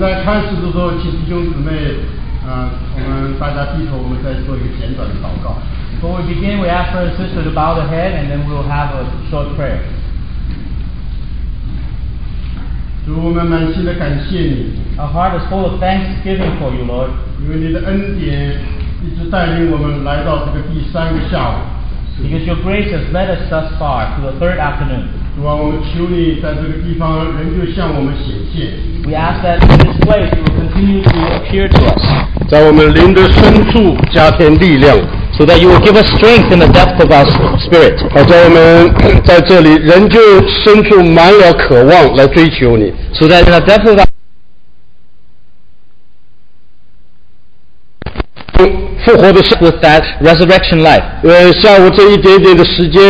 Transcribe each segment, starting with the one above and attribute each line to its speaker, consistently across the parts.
Speaker 1: 在开始的时候，请弟兄姊妹，啊、我们大家低头，我们再做一个简短的祷告。
Speaker 2: Before we begin, we ask our sister to bow their head and then we'll have a short prayer.
Speaker 1: 主，我们满心的感谢你，
Speaker 2: Our heart is full of thanksgiving for you, Lord,
Speaker 1: 因为你的恩典一直带领我们来到这个第三个下午。
Speaker 2: because your grace has led us thus far to the third afternoon.
Speaker 1: 主啊，我们求你在这个地方仍旧向我们显现，
Speaker 2: We ask that in this place you will continue to appear to us,
Speaker 1: 在我们灵的深处加添力量，
Speaker 3: so that you will give us strength in the depth of our s- spirit.
Speaker 1: 好叫我们 在这里仍旧深处满了渴望来追求你。
Speaker 3: So that in the depth of our
Speaker 1: 复活的时
Speaker 3: with that resurrection life.
Speaker 1: 呃，下午这一点点的时间，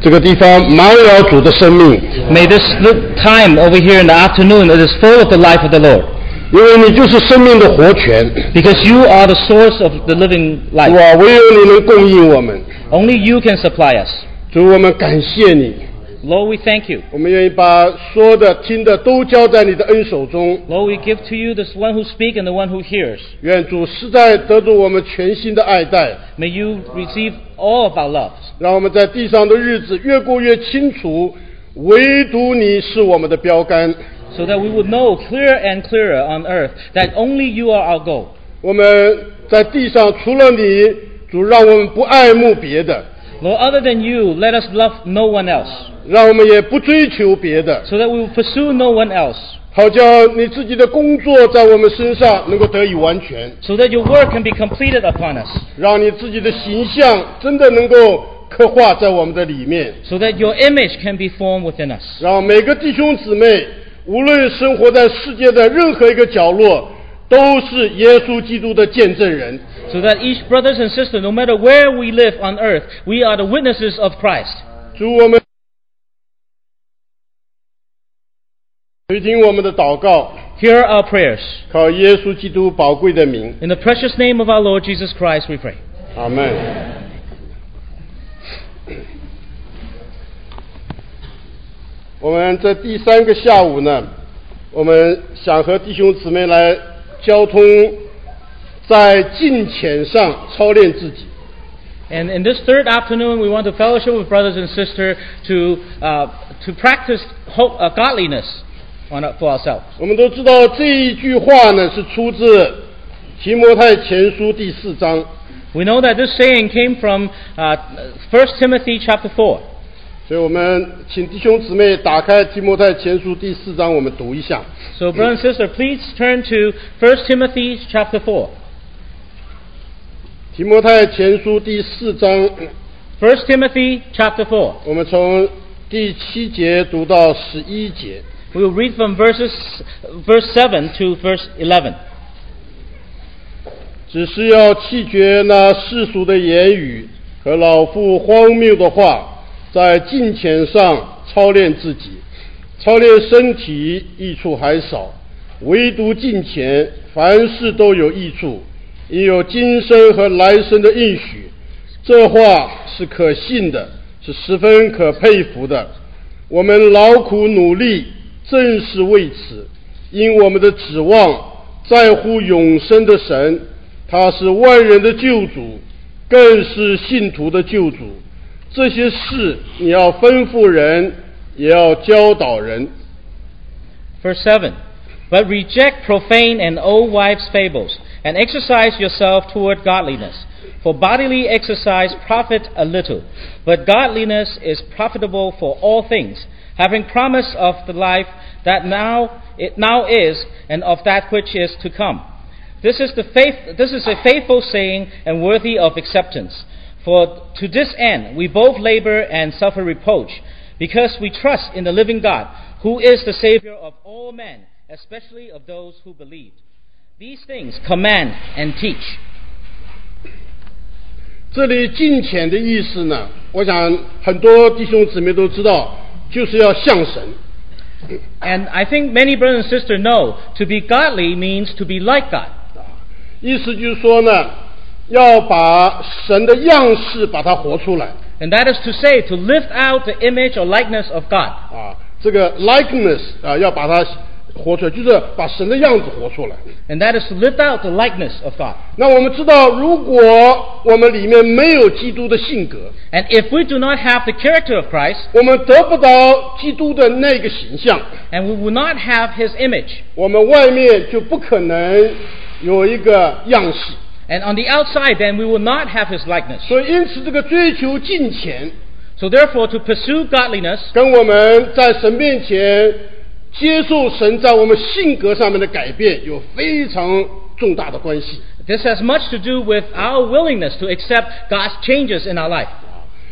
Speaker 1: 这个地方满了主的生命，
Speaker 3: May this li- time over here in the afternoon it is full of the life of the Lord.
Speaker 1: 因为你就是生命的活泉。
Speaker 3: Because you are the source of the living life.
Speaker 1: 哇，唯有你能供应我们。
Speaker 3: Only you can supply us.
Speaker 1: 主，我们感谢你，
Speaker 3: Lord, we thank you.
Speaker 1: 我们愿意把说的、听的都交在你的恩手中。
Speaker 3: Lord, we give to you this one who speaks and the one who hears.
Speaker 1: 愿主实在得着我们全新的爱戴，
Speaker 3: May you receive all of our loves,
Speaker 1: 让我们在地上的日子越过越清楚，唯独你是我们的标杆。
Speaker 3: so that we would know clearer and clearer on earth that only you are our goal.
Speaker 1: 我们在地上除了你，主让我们不爱慕别的，
Speaker 3: Lord, other than you, let us love no one else,
Speaker 1: 让我们也不追求别的。
Speaker 3: so that we will pursue no one else.
Speaker 1: 好叫你自己的工作在我们身上能够得以完全，
Speaker 3: so that your work can be completed upon us,
Speaker 1: 让你自己的形象真的能够刻画在我们的里面，
Speaker 3: so that your image can be formed within us,
Speaker 1: 让每个弟兄姊妹，无论生活在世界的任何一个角落，都是耶稣基督的见证人。
Speaker 3: so that each brothers and sister, no matter where we live on earth, we are the witnesses of Christ.
Speaker 1: 主，我们垂听我们的祷告，
Speaker 3: Hear our prayers.
Speaker 1: 靠耶稣基督宝贵的名，
Speaker 3: In the precious name of our Lord Jesus Christ, we pray.
Speaker 1: 阿门。 我们在第三个下午呢，我们想和弟兄姊妹来交通，在敬虔上操练自己。
Speaker 3: And in this third afternoon, we want to fellowship with brothers and sisters to, uh, to practice ho uh, godliness on, our- for ourselves.
Speaker 1: 我们都知道这一句话呢是出自提摩太前书第四章。
Speaker 3: We know that this saying came from uh, 1 Timothy chapter 4.
Speaker 1: 所以我们请弟兄姊妹打开提摩太前书第四章，我们读一下。
Speaker 3: So, brother and sister, please turn to 1 Timothy chapter 4.
Speaker 1: 提摩太前书第四章，
Speaker 3: 1 Timothy chapter 4.
Speaker 1: 我们从第七节读到十一节。
Speaker 3: We will read from verses, verse 7 to verse 11.
Speaker 1: 只是要弃绝那世俗的言语和老妇荒谬的话，在金钱上操练自己，操练身体益处还少，唯独金钱凡事都有益处，也有今生和来生的应许。这话是可信的，是十分可佩服的。我们劳苦努力，正是为此，因我们的指望在乎永生的神，他是万人的救主，更是信徒的救主。这些事你要吩咐人，也要教导人。
Speaker 3: Verse 7. But reject profane and old wives' fables, and exercise yourself toward godliness. For bodily exercise profit a little, but godliness is profitable for all things, having promise of the life that now it now is, and of that which is to come. This is the faith. This is a faithful saying and worthy of acceptance. For to this end we both labor and suffer reproach, because we trust in the living God, who is the Savior of all men, especially of those who believe. These things command and teach.
Speaker 1: 这里敬虔的意思呢，我想很多弟兄姊妹都知道，就是要向神。
Speaker 3: And I think many brothers and sisters know to be godly means to be like God.
Speaker 1: 意思就是说呢，要把神的样式把它活出来
Speaker 3: And that is to say, to lift out the image or likeness of God.
Speaker 1: 啊。这个 likeness 啊，要把它活出来，就是把神的样子活出来。
Speaker 3: And that is to live out the likeness of God.
Speaker 1: 那我们知道，如果我们里面没有基督的性格，
Speaker 3: And if we do not have the character of Christ,
Speaker 1: 我们得不到基督的那个形象，
Speaker 3: and we will not have his image,
Speaker 1: 我们外面就不可能有一个样式。
Speaker 3: and on the outside, then we will not have his likeness.
Speaker 1: 所以，因此这个追求金钱，
Speaker 3: So therefore, to pursue godliness
Speaker 1: 跟我们在神面前接受神在我们性格上面的改变有非常重大的关系。
Speaker 3: This has much to do with our willingness to accept God's changes in our life.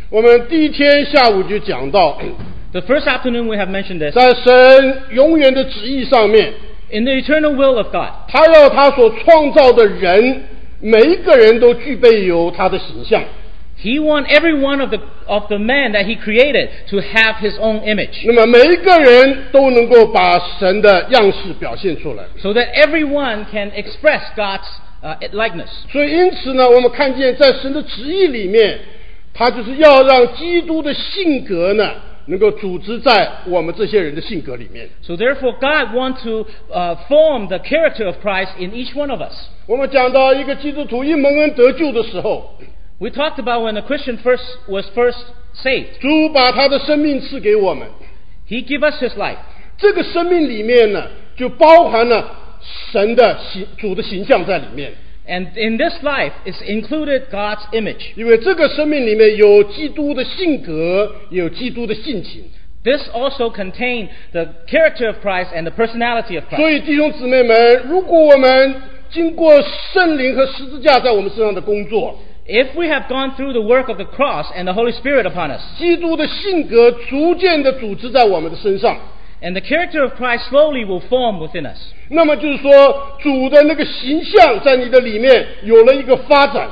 Speaker 1: 我们第一天下午就讲到，
Speaker 3: The first afternoon we have mentioned this.
Speaker 1: 在神永远的旨意上面，
Speaker 3: In the eternal will of God,
Speaker 1: 他要他所创造的人，每一个人都具备有他的形象。
Speaker 3: He wants every one of the, of the men that He created to have His own image,
Speaker 1: 那么每一个人都能够把神的样式表现出来。
Speaker 3: so that everyone can express God's uh, likeness.
Speaker 1: 所以因此呢，我们看见在神的旨意里面，他就是要让基督的性格呢，能够组织在我们这些人的性格里面。
Speaker 3: So therefore, God wants to uh, form the character of Christ in each one of us.
Speaker 1: 我们讲到一个基督徒因蒙恩得救的时候，
Speaker 3: We talked about when a Christian first was first saved,
Speaker 1: 主把他的生命赐给我们，
Speaker 3: He gave us His life.
Speaker 1: 这个生命里面呢，就包含了神的形主的形象在里面，
Speaker 3: And in this life is included God's image.
Speaker 1: 因为这个生命里面有基督的性格，也有基督的性情。
Speaker 3: This also contained the character of Christ and the personality of
Speaker 1: 所
Speaker 3: Christ.
Speaker 1: 以，弟兄姊妹们，如果我们经过圣灵和十字架在我们身上的工作，
Speaker 3: If we have gone through the work of the cross and the Holy Spirit upon us,
Speaker 1: 基督的性格逐渐的组织在我们的身上，
Speaker 3: and the character of Christ slowly will form within us,
Speaker 1: 那么就是说，主的那个形象在你的里面有了一个发展，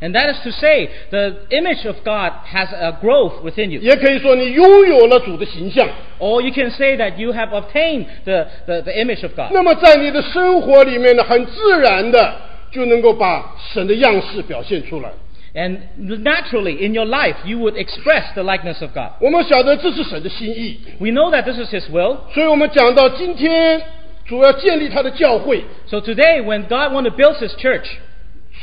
Speaker 3: and that is to say, the image of God has a growth within you.
Speaker 1: 也可以说你拥有了主的形象。
Speaker 3: Or you can say that you have obtained the, the, the image of God.
Speaker 1: 那么在你的生活里面呢，很自然的就能够把神的样式表现出来。
Speaker 3: And naturally, in your life, you would express the likeness of God.
Speaker 1: 我们晓得这是神的心意，
Speaker 3: We know that this is His will.
Speaker 1: 所以我们讲到今天主要建立他的教会。
Speaker 3: So today, when God wants to build His church,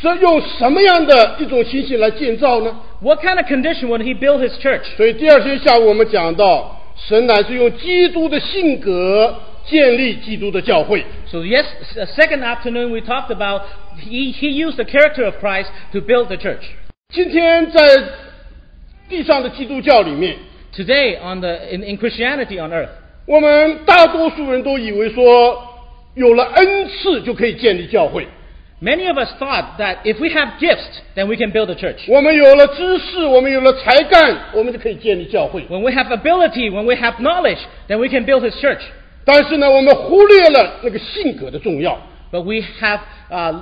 Speaker 1: 是用什么样的一种情形来建造呢？
Speaker 3: what kind of condition would He build His church?
Speaker 1: 所以第二天下午我们讲到，神乃是用基督的性格建立基督的教会。
Speaker 3: So yes, s- second afternoon we talked about he, he used the character of Christ to build the church.
Speaker 1: 今天在地上的基督教里面，
Speaker 3: Today on the in, in Christianity on earth,
Speaker 1: 我们大多数人都以为说，有了恩赐就可以建立教会。
Speaker 3: many of us thought that if we have gifts, then we can build a church.
Speaker 1: 我们有了知识，我们有了才干，我们就可以建立教会。
Speaker 3: When we have ability, when we have knowledge, then we can build his church.
Speaker 1: 但是呢，我们忽略了那个性格的重要。
Speaker 3: But we have uh,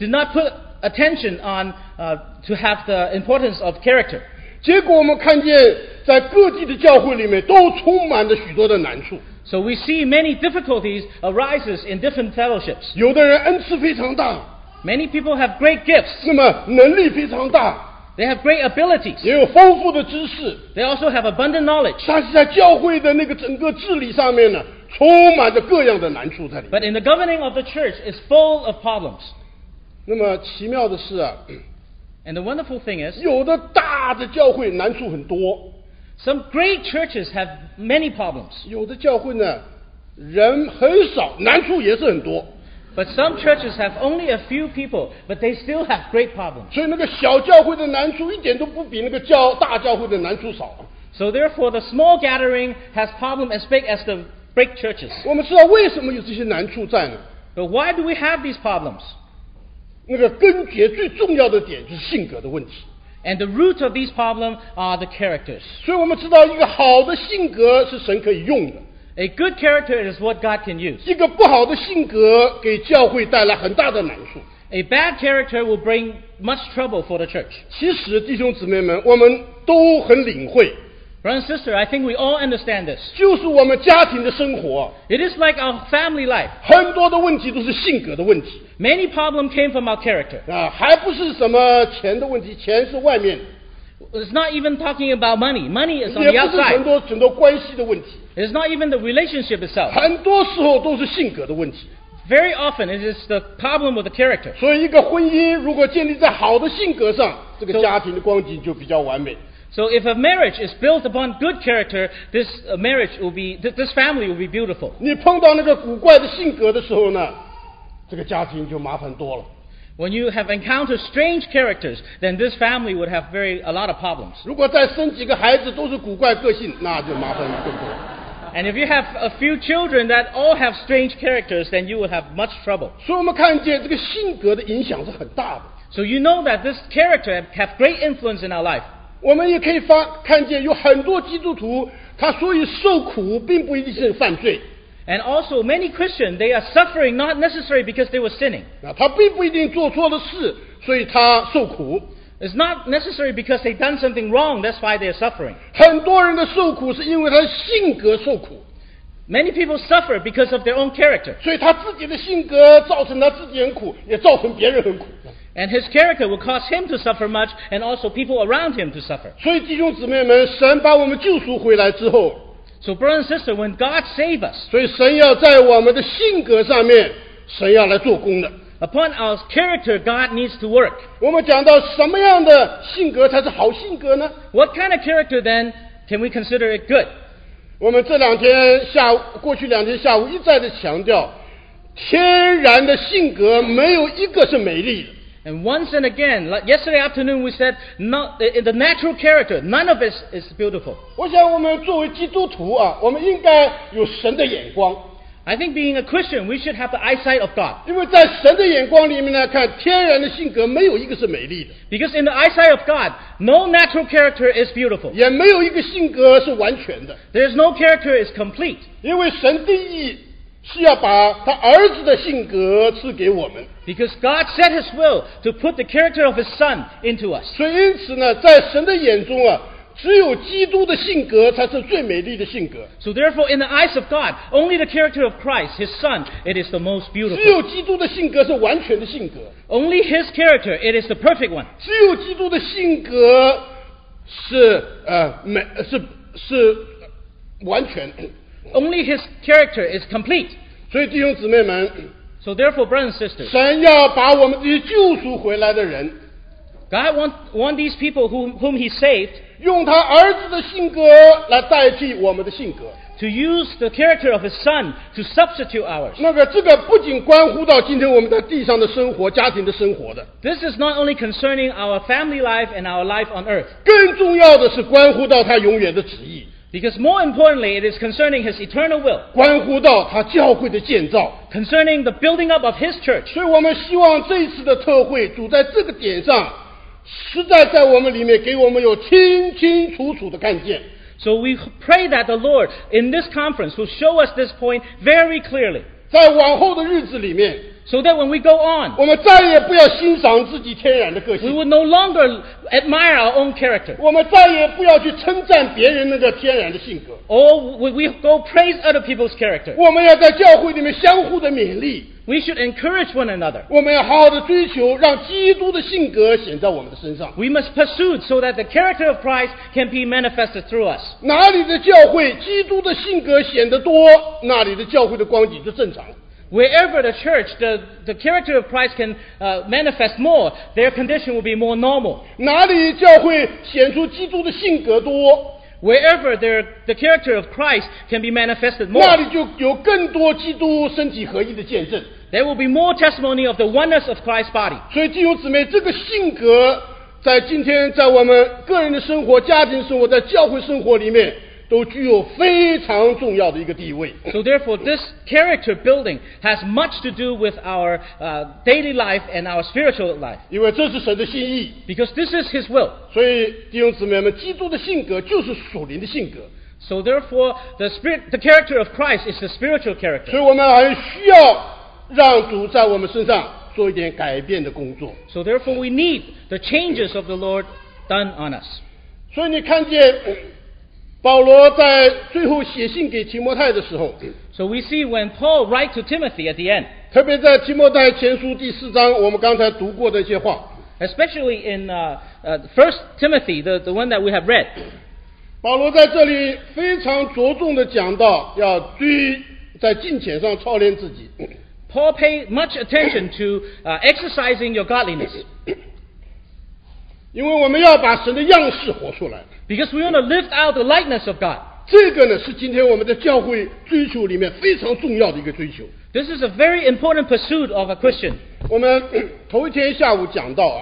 Speaker 3: did not put attention on uh, to have the importance of character.
Speaker 1: 结果我们看见，在各地的教会里面都充满着许多的难处。
Speaker 3: So we see many difficulties arises in different fellowships.
Speaker 1: 有的人恩赐非常大，
Speaker 3: Many people have great gifts.
Speaker 1: 那么能力非常大，
Speaker 3: They have great abilities.
Speaker 1: 也有丰富的知识，
Speaker 3: They also have abundant knowledge.
Speaker 1: 但是在教会的那个整个治理上面呢，充满着各样的难处在里面。
Speaker 3: But in the governing of the church is full of problems.
Speaker 1: 那么奇妙的是啊，
Speaker 3: And the wonderful thing is,
Speaker 1: 有的大的教会难处很多，
Speaker 3: some great churches have many problems.
Speaker 1: 有的教会呢人很少，难处也是很多。
Speaker 3: But some churches have only a few people, but they still have great problems.
Speaker 1: 所以那个小教会的难处一点都不比那个教大教会的难处少。
Speaker 3: So therefore, the small gathering has problems as big as the big churches.
Speaker 1: 我们知道为什么有这些难处在呢？
Speaker 3: But why do we have these problems?
Speaker 1: 那个根结最重要的点就是性格的问题。
Speaker 3: And the root of these problems are the characters.
Speaker 1: 所以我们知道，一个好的性格是神可以用的，
Speaker 3: A good character is what God can use.
Speaker 1: 一个不好的性格给教会带来很大的难处。
Speaker 3: A bad character will bring much trouble for the church.
Speaker 1: 其实，弟兄姊妹们，我们都很领会，
Speaker 3: Brother and sister, I think we all understand this.
Speaker 1: 就是我们家庭的生活，
Speaker 3: It is like our family life.
Speaker 1: 很多的问题都是性格的问题啊
Speaker 3: Many problems came from our character.
Speaker 1: 啊，还不是什么钱的问题，钱是外面的。
Speaker 3: It's not even talking about money. Money is on
Speaker 1: 也
Speaker 3: the
Speaker 1: 不是很
Speaker 3: outside.
Speaker 1: 多很多关系的问题，
Speaker 3: It's not even the relationship itself.
Speaker 1: 很多时候都是性格的问题。
Speaker 3: Very often, it is the problem with the character.
Speaker 1: 所以，一个婚姻如果建立在好的性格上，这个家庭的光景就比较完美。
Speaker 3: So if a marriage is built upon good character, this uh, marriage will be, th- this family will be beautiful.
Speaker 1: 你碰到那个古怪的性格的时候呢，这个家庭就麻烦多了。
Speaker 3: When you have encountered strange characters, then this family would have very, a lot of problems.
Speaker 1: 如果再生几个孩子都是古怪个性，那就麻烦更多。
Speaker 3: And if you have a few children that all have strange characters, then you will have much trouble.
Speaker 1: 所以我们看见这个性格的影响是很大的。
Speaker 3: So you know that this character have great influence in our life.
Speaker 1: 我们也可以发看见有很多基督徒，他所以受苦，并不一定是犯罪
Speaker 3: And also, many Christians, they are suffering not necessarily because they were sinning.
Speaker 1: 啊，他并不一定做错了事，所以他受苦。
Speaker 3: It's not necessarily because they done something wrong, that's why they are suffering.
Speaker 1: 很多人的受苦是因为他的性格受苦，
Speaker 3: Many people suffer because of their own character.
Speaker 1: 所以他自己的性格造成他自己很苦，也造成别人很苦。
Speaker 3: And his character will cause him to suffer much and also people around him to suffer.
Speaker 1: 所以弟兄姊妹们，神把我们救赎回来之后，
Speaker 3: So, brother and sister, when God save us,
Speaker 1: 所以神要在我们的性格上面，神要来做工的。
Speaker 3: upon our character, God needs to work.
Speaker 1: 我们讲到什么样的性格才是好性格呢？
Speaker 3: What kind of character then can we consider it good?
Speaker 1: 我们这两天下午，过去两天下午一再的强调，天然的性格没有一个是美丽的。
Speaker 3: And once and again, like yesterday afternoon, we said not, eh, the, the natural character, none of it is beautiful.
Speaker 1: 我想我们作为基督徒啊，我们应该有神的眼光，
Speaker 3: I think being a Christian, we should have the eyesight of God.
Speaker 1: 因为在神的眼光里面来看，天然的性格没有一个是美丽的，
Speaker 3: Because in the eyesight of God, no natural character is beautiful.
Speaker 1: 也没有一个性格是完全的。
Speaker 3: There is no character is complete.
Speaker 1: 因为神定义是要把他儿子的性格赐给我们，
Speaker 3: Because God set His will to put the character of His Son into us.
Speaker 1: 所以因此呢，在神的眼中啊，只有基督的性格才是最美丽的性格。
Speaker 3: So therefore, in the eyes of God, only the character of Christ, His Son, it is the most
Speaker 1: 只
Speaker 3: beautiful.
Speaker 1: 有基督的性格是完全的性格，
Speaker 3: Only His character, it is the perfect one.
Speaker 1: 只有基督的性格是呃美是是完全。
Speaker 3: Only His character is complete.
Speaker 1: 所以弟兄姊妹们，
Speaker 3: So therefore, brothers and sisters,
Speaker 1: 神要把我们这些救赎回来的人，
Speaker 3: God want, want these people whom, whom He saved
Speaker 1: 用他儿子的性格来代替我们的性格。
Speaker 3: to use the character of His Son to substitute ours.
Speaker 1: 那个这个不仅关乎到今天我们在地上的生活、家庭的生活的，
Speaker 3: This is not only concerning our family life and our life on earth,
Speaker 1: 更重要的是关乎到他永远的旨意，
Speaker 3: because more importantly, it is concerning His eternal will,
Speaker 1: 关乎到他教会的建造。
Speaker 3: concerning the building up of His church.
Speaker 1: 所以我们希望这一次的特会，主在这个点上，实在在我们里面给我们有清清楚楚的看见。
Speaker 3: So we pray that the Lord in this conference will show us this point very clearly.
Speaker 1: 在往后的日子里面，
Speaker 3: So that when we go on,
Speaker 1: 我们再也不要欣赏自己天然的个
Speaker 3: we
Speaker 1: 性，
Speaker 3: will no longer admire our own character.
Speaker 1: 我们再也不要去称赞别人那个天然的性格。
Speaker 3: Or we- we go praise other people's character.
Speaker 1: 我们要在教会里面相互的勉励，
Speaker 3: We should encourage one another.
Speaker 1: 我们要好好的追求，让基督的性格显在我们的身上。
Speaker 3: We must pursue so that the character of Christ can be manifested through us.
Speaker 1: 哪里的教会基督的性格显得多，那里的教会的光景就正常。
Speaker 3: Wherever the church, the, the character of Christ can uh, manifest more, their condition will be more normal.
Speaker 1: 哪里教会显出基督的性格多，
Speaker 3: Wherever their, the character of Christ can be manifested
Speaker 1: 那
Speaker 3: more,
Speaker 1: 里就有更多基督身体合一的见证。
Speaker 3: there will be more testimony of the oneness of Christ's body.
Speaker 1: 所以弟兄姊妹，这个性格在今天在我们个人的生活、家庭生活、在教会生活里面，都具有非常重要的一个地位。
Speaker 3: So therefore, this character building has much to do with our uh, daily life and our spiritual life,
Speaker 1: 因为这是神的心意，
Speaker 3: because this is His will.
Speaker 1: 所以弟兄姊妹们，基督的性格就是属灵的性格，
Speaker 3: So therefore, the spirit, the character of Christ is the spiritual
Speaker 1: 所
Speaker 3: character.
Speaker 1: 以我们还需要让主在我们身上做一点改变的工作。
Speaker 3: So therefore, we need the changes of the Lord done on us.
Speaker 1: 所以你看见保罗在最后写信给提摩太的时候，
Speaker 3: So we see when Paul writes to Timothy at the end,
Speaker 1: 特别在提摩太前书第四章，我们刚才读过的一些话，
Speaker 3: especially in uh, uh, 1 Timothy, the, the one that we have read.
Speaker 1: 保罗在这里非常着重的讲到，要追在金钱上操练自己。
Speaker 3: Paul paid much attention to uh, exercising your godliness
Speaker 1: 因为我们要把神的样式活出来。
Speaker 3: because we want to live out the likeness of God.
Speaker 1: 这个呢是今天我们在教会追求里面非常重要的一个追求。
Speaker 3: This is a very important pursuit of a Christian.
Speaker 1: 我们 头一天下午讲到啊，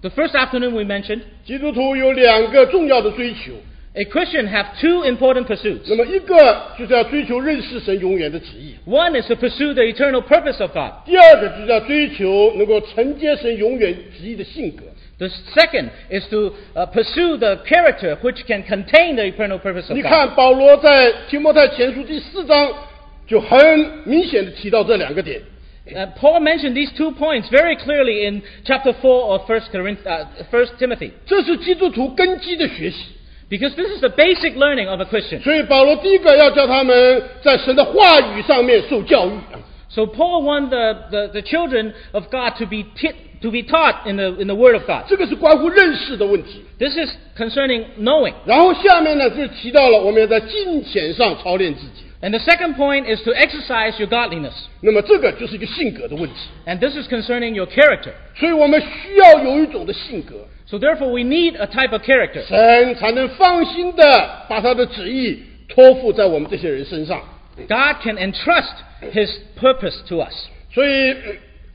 Speaker 3: The first afternoon we mentioned,
Speaker 1: 基督徒有两个重要的追求，
Speaker 3: a Christian have two important pursuits.
Speaker 1: 那么一个就是要追求认识神永远的旨意，
Speaker 3: One is to pursue the eternal purpose of God.
Speaker 1: 第二个就是要追求能够承接神永远旨意的性格。
Speaker 3: The second is to uh, pursue the character which can contain the eternal purpose of
Speaker 1: 你
Speaker 3: God.
Speaker 1: 看保罗在提摩太前书第四章就很明显的提到这两个点。
Speaker 3: Uh, Paul mentioned these two points very clearly in chapter 4 of 1 Corinth, uh, 1 Timothy,
Speaker 1: 这是基督徒根基的学习，
Speaker 3: because this is the basic learning of a Christian.
Speaker 1: 所以保罗第一个要叫他们在神的话语上面受教育啊。
Speaker 3: So Paul wants the, the, the children of God to be, ti- to be taught in the, in the Word of God.
Speaker 1: 这个是关乎认识的问题。
Speaker 3: This is concerning knowing.
Speaker 1: 然后下面呢，就提到了我们要在金钱上操练自己。
Speaker 3: And the second point is to exercise your godliness.
Speaker 1: 那么这个就是一个性格的问题，
Speaker 3: And this is concerning your character.
Speaker 1: 所以我们需要有一种的性格，
Speaker 3: So therefore we need a type of character
Speaker 1: 神才能放心的把他的旨意托付在我们这些人身上。
Speaker 3: God can entrust His purpose to us.
Speaker 1: 所以呃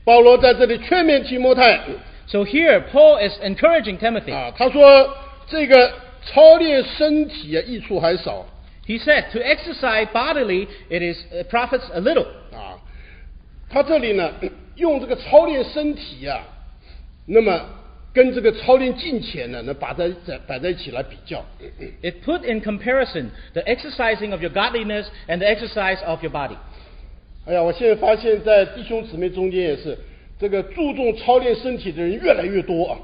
Speaker 1: 保罗在这里劝勉提摩太
Speaker 3: So here, Paul is encouraging Timothy.
Speaker 1: 啊，他说这个操练身体啊，益处还少
Speaker 3: He said, To exercise bodily, it is it profits a little.
Speaker 1: 啊。他这里呢， 呃用这个操练身体呀、那么跟这个操练金钱呢，能把在在摆在一起来比较。
Speaker 3: It put in comparison the exercising of your godliness and the exercise of your body.
Speaker 1: 哎呀，我现在发现，在弟兄姊妹中间也是，这个注重操练身体的人越来越多啊。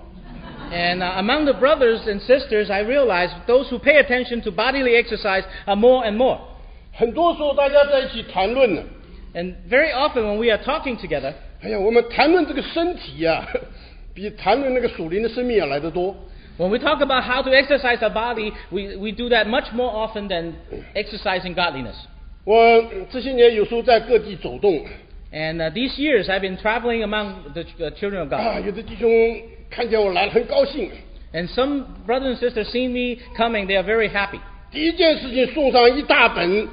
Speaker 3: And uh, among the brothers and sisters, I realized those who pay attention to bodily exercise are more and more.
Speaker 1: 很多时候大家在一起谈论呢，
Speaker 3: And very often when we are talking together,
Speaker 1: 哎呀，我们谈论这个身体呀、 比谈论那个属灵的生命要来得多。
Speaker 3: when we talk about how to exercise our body, we, we do that much more often than exercising godliness.
Speaker 1: 我这些年有时候在各地走动，
Speaker 3: And uh, these years, I've been traveling among the ch- uh, children of God.
Speaker 1: 啊，有的弟兄看见我来了很高兴，
Speaker 3: And some brothers and sisters see me coming, they are very happy.
Speaker 1: 第一件事情送上一大本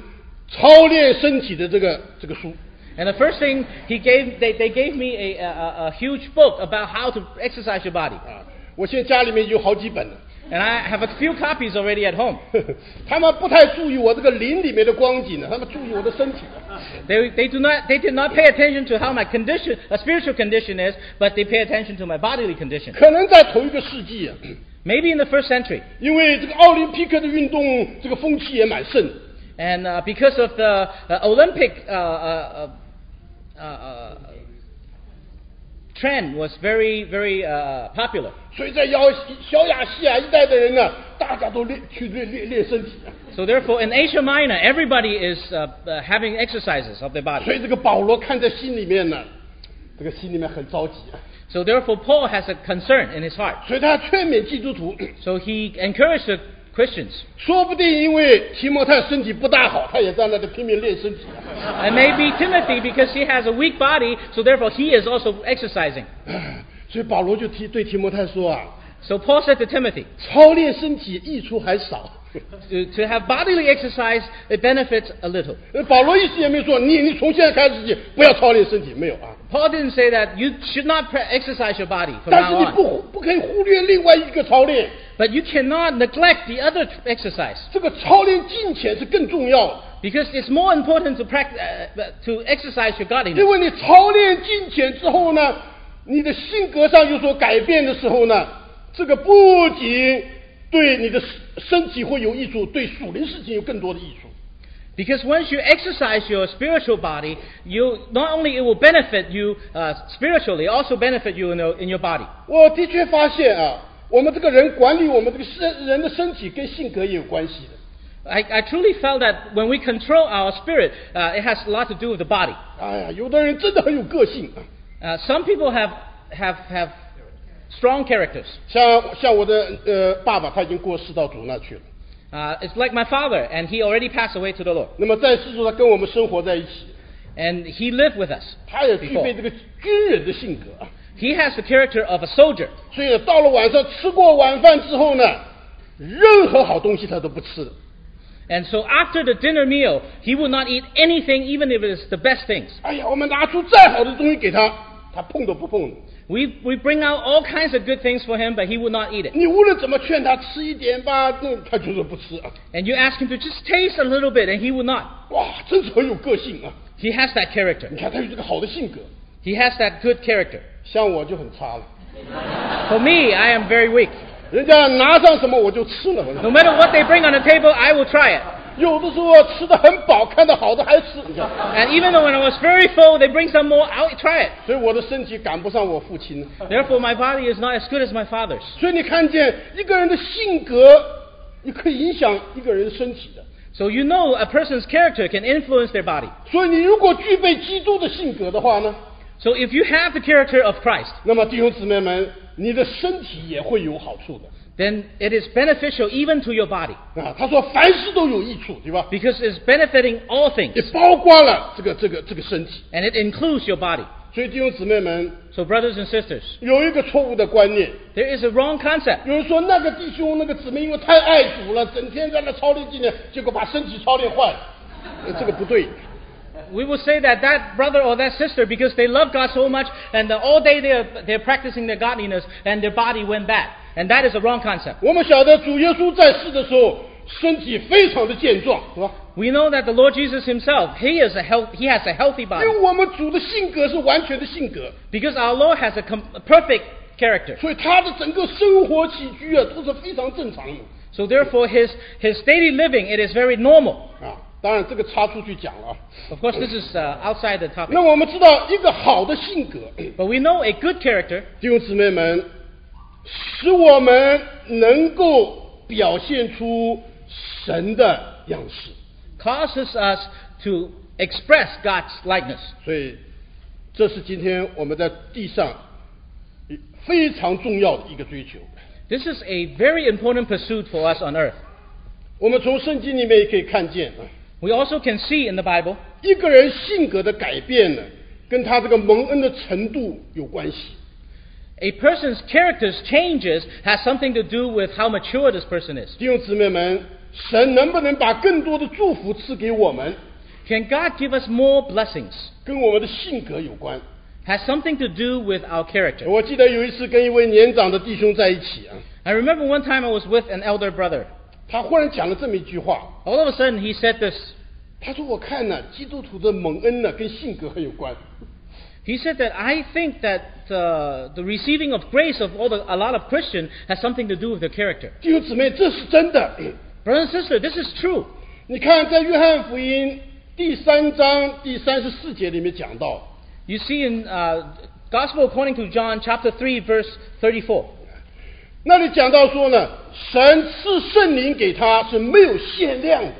Speaker 1: 操练身体的这个这个书，
Speaker 3: And the first thing he gave, they, they gave me a, a, a- a huge book about how to exercise your body.
Speaker 1: 啊，我现在家里面有好几本了。
Speaker 3: And I have a few copies already at home.
Speaker 1: 他们不太注意我这个林里面的光景呢，他们注意我的身体。
Speaker 3: They, they, do not, they did not pay attention to how my condition, a spiritual condition is, but they pay attention to my bodily condition.
Speaker 1: 可能在同一个世纪啊，
Speaker 3: Maybe in the first century.
Speaker 1: 因为这个奥林匹克的运动，这个风气也蛮盛。
Speaker 3: And uh, because of the uh, Olympic uh, uh, uh, uh, trend was very, very uh, popular.
Speaker 1: 所以在小小亚细亚一带的人呢，大家都练去练练练身体，
Speaker 3: So therefore, in Asia Minor, everybody is uh, uh, having exercises of their
Speaker 1: 所
Speaker 3: body.
Speaker 1: 以这个保罗看在心里面呢，这个心里面很着急，啊
Speaker 3: So therefore, Paul has a concern in his heart.
Speaker 1: 所以他劝勉基督徒，
Speaker 3: So he encouraged the Christians.
Speaker 1: 说不定因为提摩太身体不大好，他也在那里拼命练身体。啊
Speaker 3: And maybe Timothy, because he has a weak body, so therefore he is also exercising.
Speaker 1: 所以保罗就提对提摩太说啊，
Speaker 3: So Paul said to Timothy,
Speaker 1: 操练身体益处还少。
Speaker 3: to, to have bodily exercise, it benefits a little.
Speaker 1: 呃保罗一直也没说你你从现在开始你不要操练身体，没有啊。
Speaker 3: Paul didn't say that you should not pre- exercise your body from
Speaker 1: 但是
Speaker 3: now
Speaker 1: 你
Speaker 3: on.
Speaker 1: 不不可以忽略另外一个操练，
Speaker 3: But you cannot neglect the other t- exercise
Speaker 1: 这个操练金钱是更重要的，
Speaker 3: because it's more important to, prac- uh, to exercise
Speaker 1: 因
Speaker 3: your godliness.
Speaker 1: 为你操练金钱之后呢，你的性格上有所改变的时候呢，这个不仅对你的身身体会有益处，对属灵事情有更多的益处。
Speaker 3: Because once you exercise your spiritual body, you not only it will benefit you uh, spiritually, it also benefit you in your, in your body.
Speaker 1: 我的确发现啊，我们这个人管理我们这个身人的身体跟性格也有关系的。
Speaker 3: I, I truly felt that when we control our spirit, uh, it has a lot to do with the body.
Speaker 1: 哎呀，有的人真的很有个性啊。
Speaker 3: Uh, some people have have have strong characters.
Speaker 1: 像像我的呃爸爸，他已经过世到主那去了。
Speaker 3: Uh, it's like my father, and he already passed away to the Lord.
Speaker 1: 那么在世俗，他跟我们生活在一起，
Speaker 3: And he lived with us.
Speaker 1: 他也具备这个军人的性格。
Speaker 3: He has the character of a soldier.
Speaker 1: 所以到了晚上吃过晚饭之后呢，任何好东西他都不吃了，
Speaker 3: And so after the dinner meal, he will not eat anything, even if it's the best things.
Speaker 1: 哎呀，我们拿出再好的东西给他，他碰都不碰的。
Speaker 3: We, we bring out all kinds of good things for him, but he will not eat it.
Speaker 1: 你无论怎么劝他吃一点吧，那他就是不吃啊。
Speaker 3: And you ask him to just taste a little bit, and he will not.
Speaker 1: 哇，真是很有个性啊！
Speaker 3: He has that
Speaker 1: 你
Speaker 3: character.
Speaker 1: 看他有这个好的性格，
Speaker 3: He has that good character.
Speaker 1: 像我就很差了。
Speaker 3: For me, I am very weak.
Speaker 1: 人家拿上什么我就吃了，我
Speaker 3: No matter what they bring on the table, I will try it.
Speaker 1: 有的时候吃的很饱，看到好的还吃，你看，
Speaker 3: And even though when I was very full, they bring some more, I'll try it.
Speaker 1: 所以我的身体赶不上我父亲。
Speaker 3: Therefore, my body is not as good as my father's.
Speaker 1: 所以你看见一个人的性格，你可以影响一个人身体的。
Speaker 3: So you know a person's character can influence their body.
Speaker 1: 所以你如果具备基督的性格的话呢，
Speaker 3: So if you have the character of Christ,
Speaker 1: 那么弟兄姊妹们，你的身体也会有好处的
Speaker 3: then it is beneficial even to your body
Speaker 1: 啊。他说凡事都有益处，对吧？
Speaker 3: because it's benefiting all things
Speaker 1: 也包括了这个这个这个身体。
Speaker 3: and it includes your body.
Speaker 1: 所以弟兄姊妹们，
Speaker 3: So brothers and sisters,
Speaker 1: 有一个错误的观念，
Speaker 3: there is a wrong concept.
Speaker 1: 有人说那个弟兄那个姊妹因为太爱主了，整天在那操练纪念，结果把身体操练坏了，呃这个不对。
Speaker 3: We will say that that brother or that sister because they love God so much and the, all day they are, they're practicing their godliness and their body went bad. And that is a wrong concept.
Speaker 1: 我们晓得主耶稣在世的时候，身体非常的健壮，是吧？
Speaker 3: We know that the Lord Jesus himself, he is a health, he has a healthy
Speaker 1: 因
Speaker 3: body
Speaker 1: 为我们主的性格是完全的性格，
Speaker 3: because our Lord has a, com- a perfect character.
Speaker 1: 所以他的整个生活起居啊都是非常正常的
Speaker 3: So therefore his, his daily living, it is very normal.
Speaker 1: 啊。当然，这个插出去讲了啊。
Speaker 3: Of course this is uh, outside the topic.
Speaker 1: 那我们知道，一个好的性格，
Speaker 3: But we know a good character
Speaker 1: 弟兄姊妹们，使我们能够表现出神的样式。
Speaker 3: causes us to express God's likeness.
Speaker 1: 所以，这是今天我们在地上非常重要的一个追求。
Speaker 3: This is a very important pursuit for us on earth.
Speaker 1: 我们从圣经里面也可以看见啊，
Speaker 3: We also can see in the Bible
Speaker 1: 一个人性格的改变呢，跟他这个蒙恩的程度有关系。
Speaker 3: a person's character's changes has something to do with how mature this person is.
Speaker 1: 弟兄姊妹们，神能不能把更多的祝福赐给我们，
Speaker 3: Can God give us more blessings?
Speaker 1: 跟我们的性格有关。
Speaker 3: Has something to do with our character.
Speaker 1: 我记得有一次跟一位年长的弟兄在一起啊，
Speaker 3: I remember one time I was with an elder brother.
Speaker 1: 他忽然讲了这么一句话，
Speaker 3: All of a sudden he said this.
Speaker 1: 他说：“我看呢、基督徒的蒙恩呢，跟性格很有关。
Speaker 3: He said that I think that uh, the receiving of grace of all the, a lot of Christians has something to do with their character. ”
Speaker 1: 弟兄姊妹，这是真的。
Speaker 3: Brother and sister, this is true.
Speaker 1: 你看，在约翰福音第三章第三十四节里面讲到，
Speaker 3: You see in uh, Gospel according to John chapter 3 verse 34.
Speaker 1: 那里讲到说呢，神赐圣灵给他是没有限量的。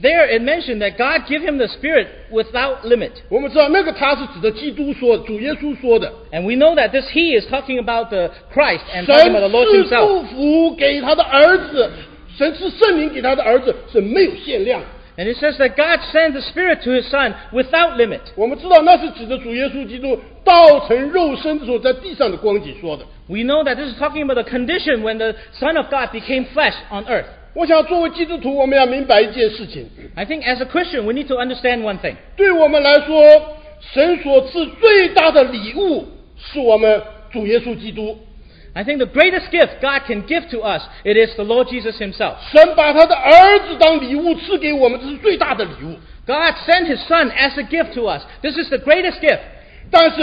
Speaker 3: There it mentioned that God give him the Spirit without limit.
Speaker 1: 我们知道那个他是指的基督说，主耶稣说的，
Speaker 3: And we know that this he is talking about the Christ and
Speaker 1: 神
Speaker 3: talking about the Lord
Speaker 1: 赐
Speaker 3: himself.
Speaker 1: 祝福给他的儿子，神赐圣灵给他的儿子是没有限量的。
Speaker 3: And it says that God sent the Spirit to his Son without limit.
Speaker 1: 我们知道那是指的主耶稣基督道成肉身的时候在地上的光景说的。
Speaker 3: We know that this is talking about the condition when the Son of God became flesh on earth.
Speaker 1: 我想作为基督徒，我们要明白一件事情：
Speaker 3: I think as a Christian we need to understand one thing.
Speaker 1: 对我们来说，神所赐最大的礼物是我们主耶稣基督。
Speaker 3: I think the greatest gift God can give to us, it is the Lord Jesus himself.
Speaker 1: 神把他的儿子当礼物赐给我们，这是最大的礼物。
Speaker 3: God sent his son as a gift to us. This is the greatest gift.
Speaker 1: 但是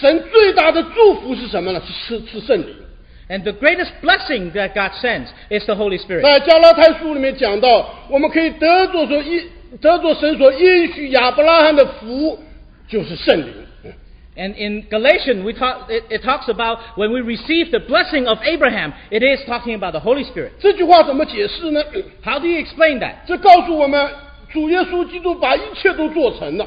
Speaker 1: 神最大的祝福是什么呢？是是是圣灵。
Speaker 3: And the greatest blessing that God sends is the Holy Spirit.
Speaker 1: 在加拉太书里面讲到，我们可以得着所应得着神所应许亚伯拉罕的福，就是圣灵。
Speaker 3: And in Galatians, we talk, it, it talks about when we receive the blessing of Abraham, it is talking about the Holy Spirit.
Speaker 1: 这句话怎么解释呢？
Speaker 3: How do you explain that?
Speaker 1: 这告诉我们，主耶稣基督把一切都做成了。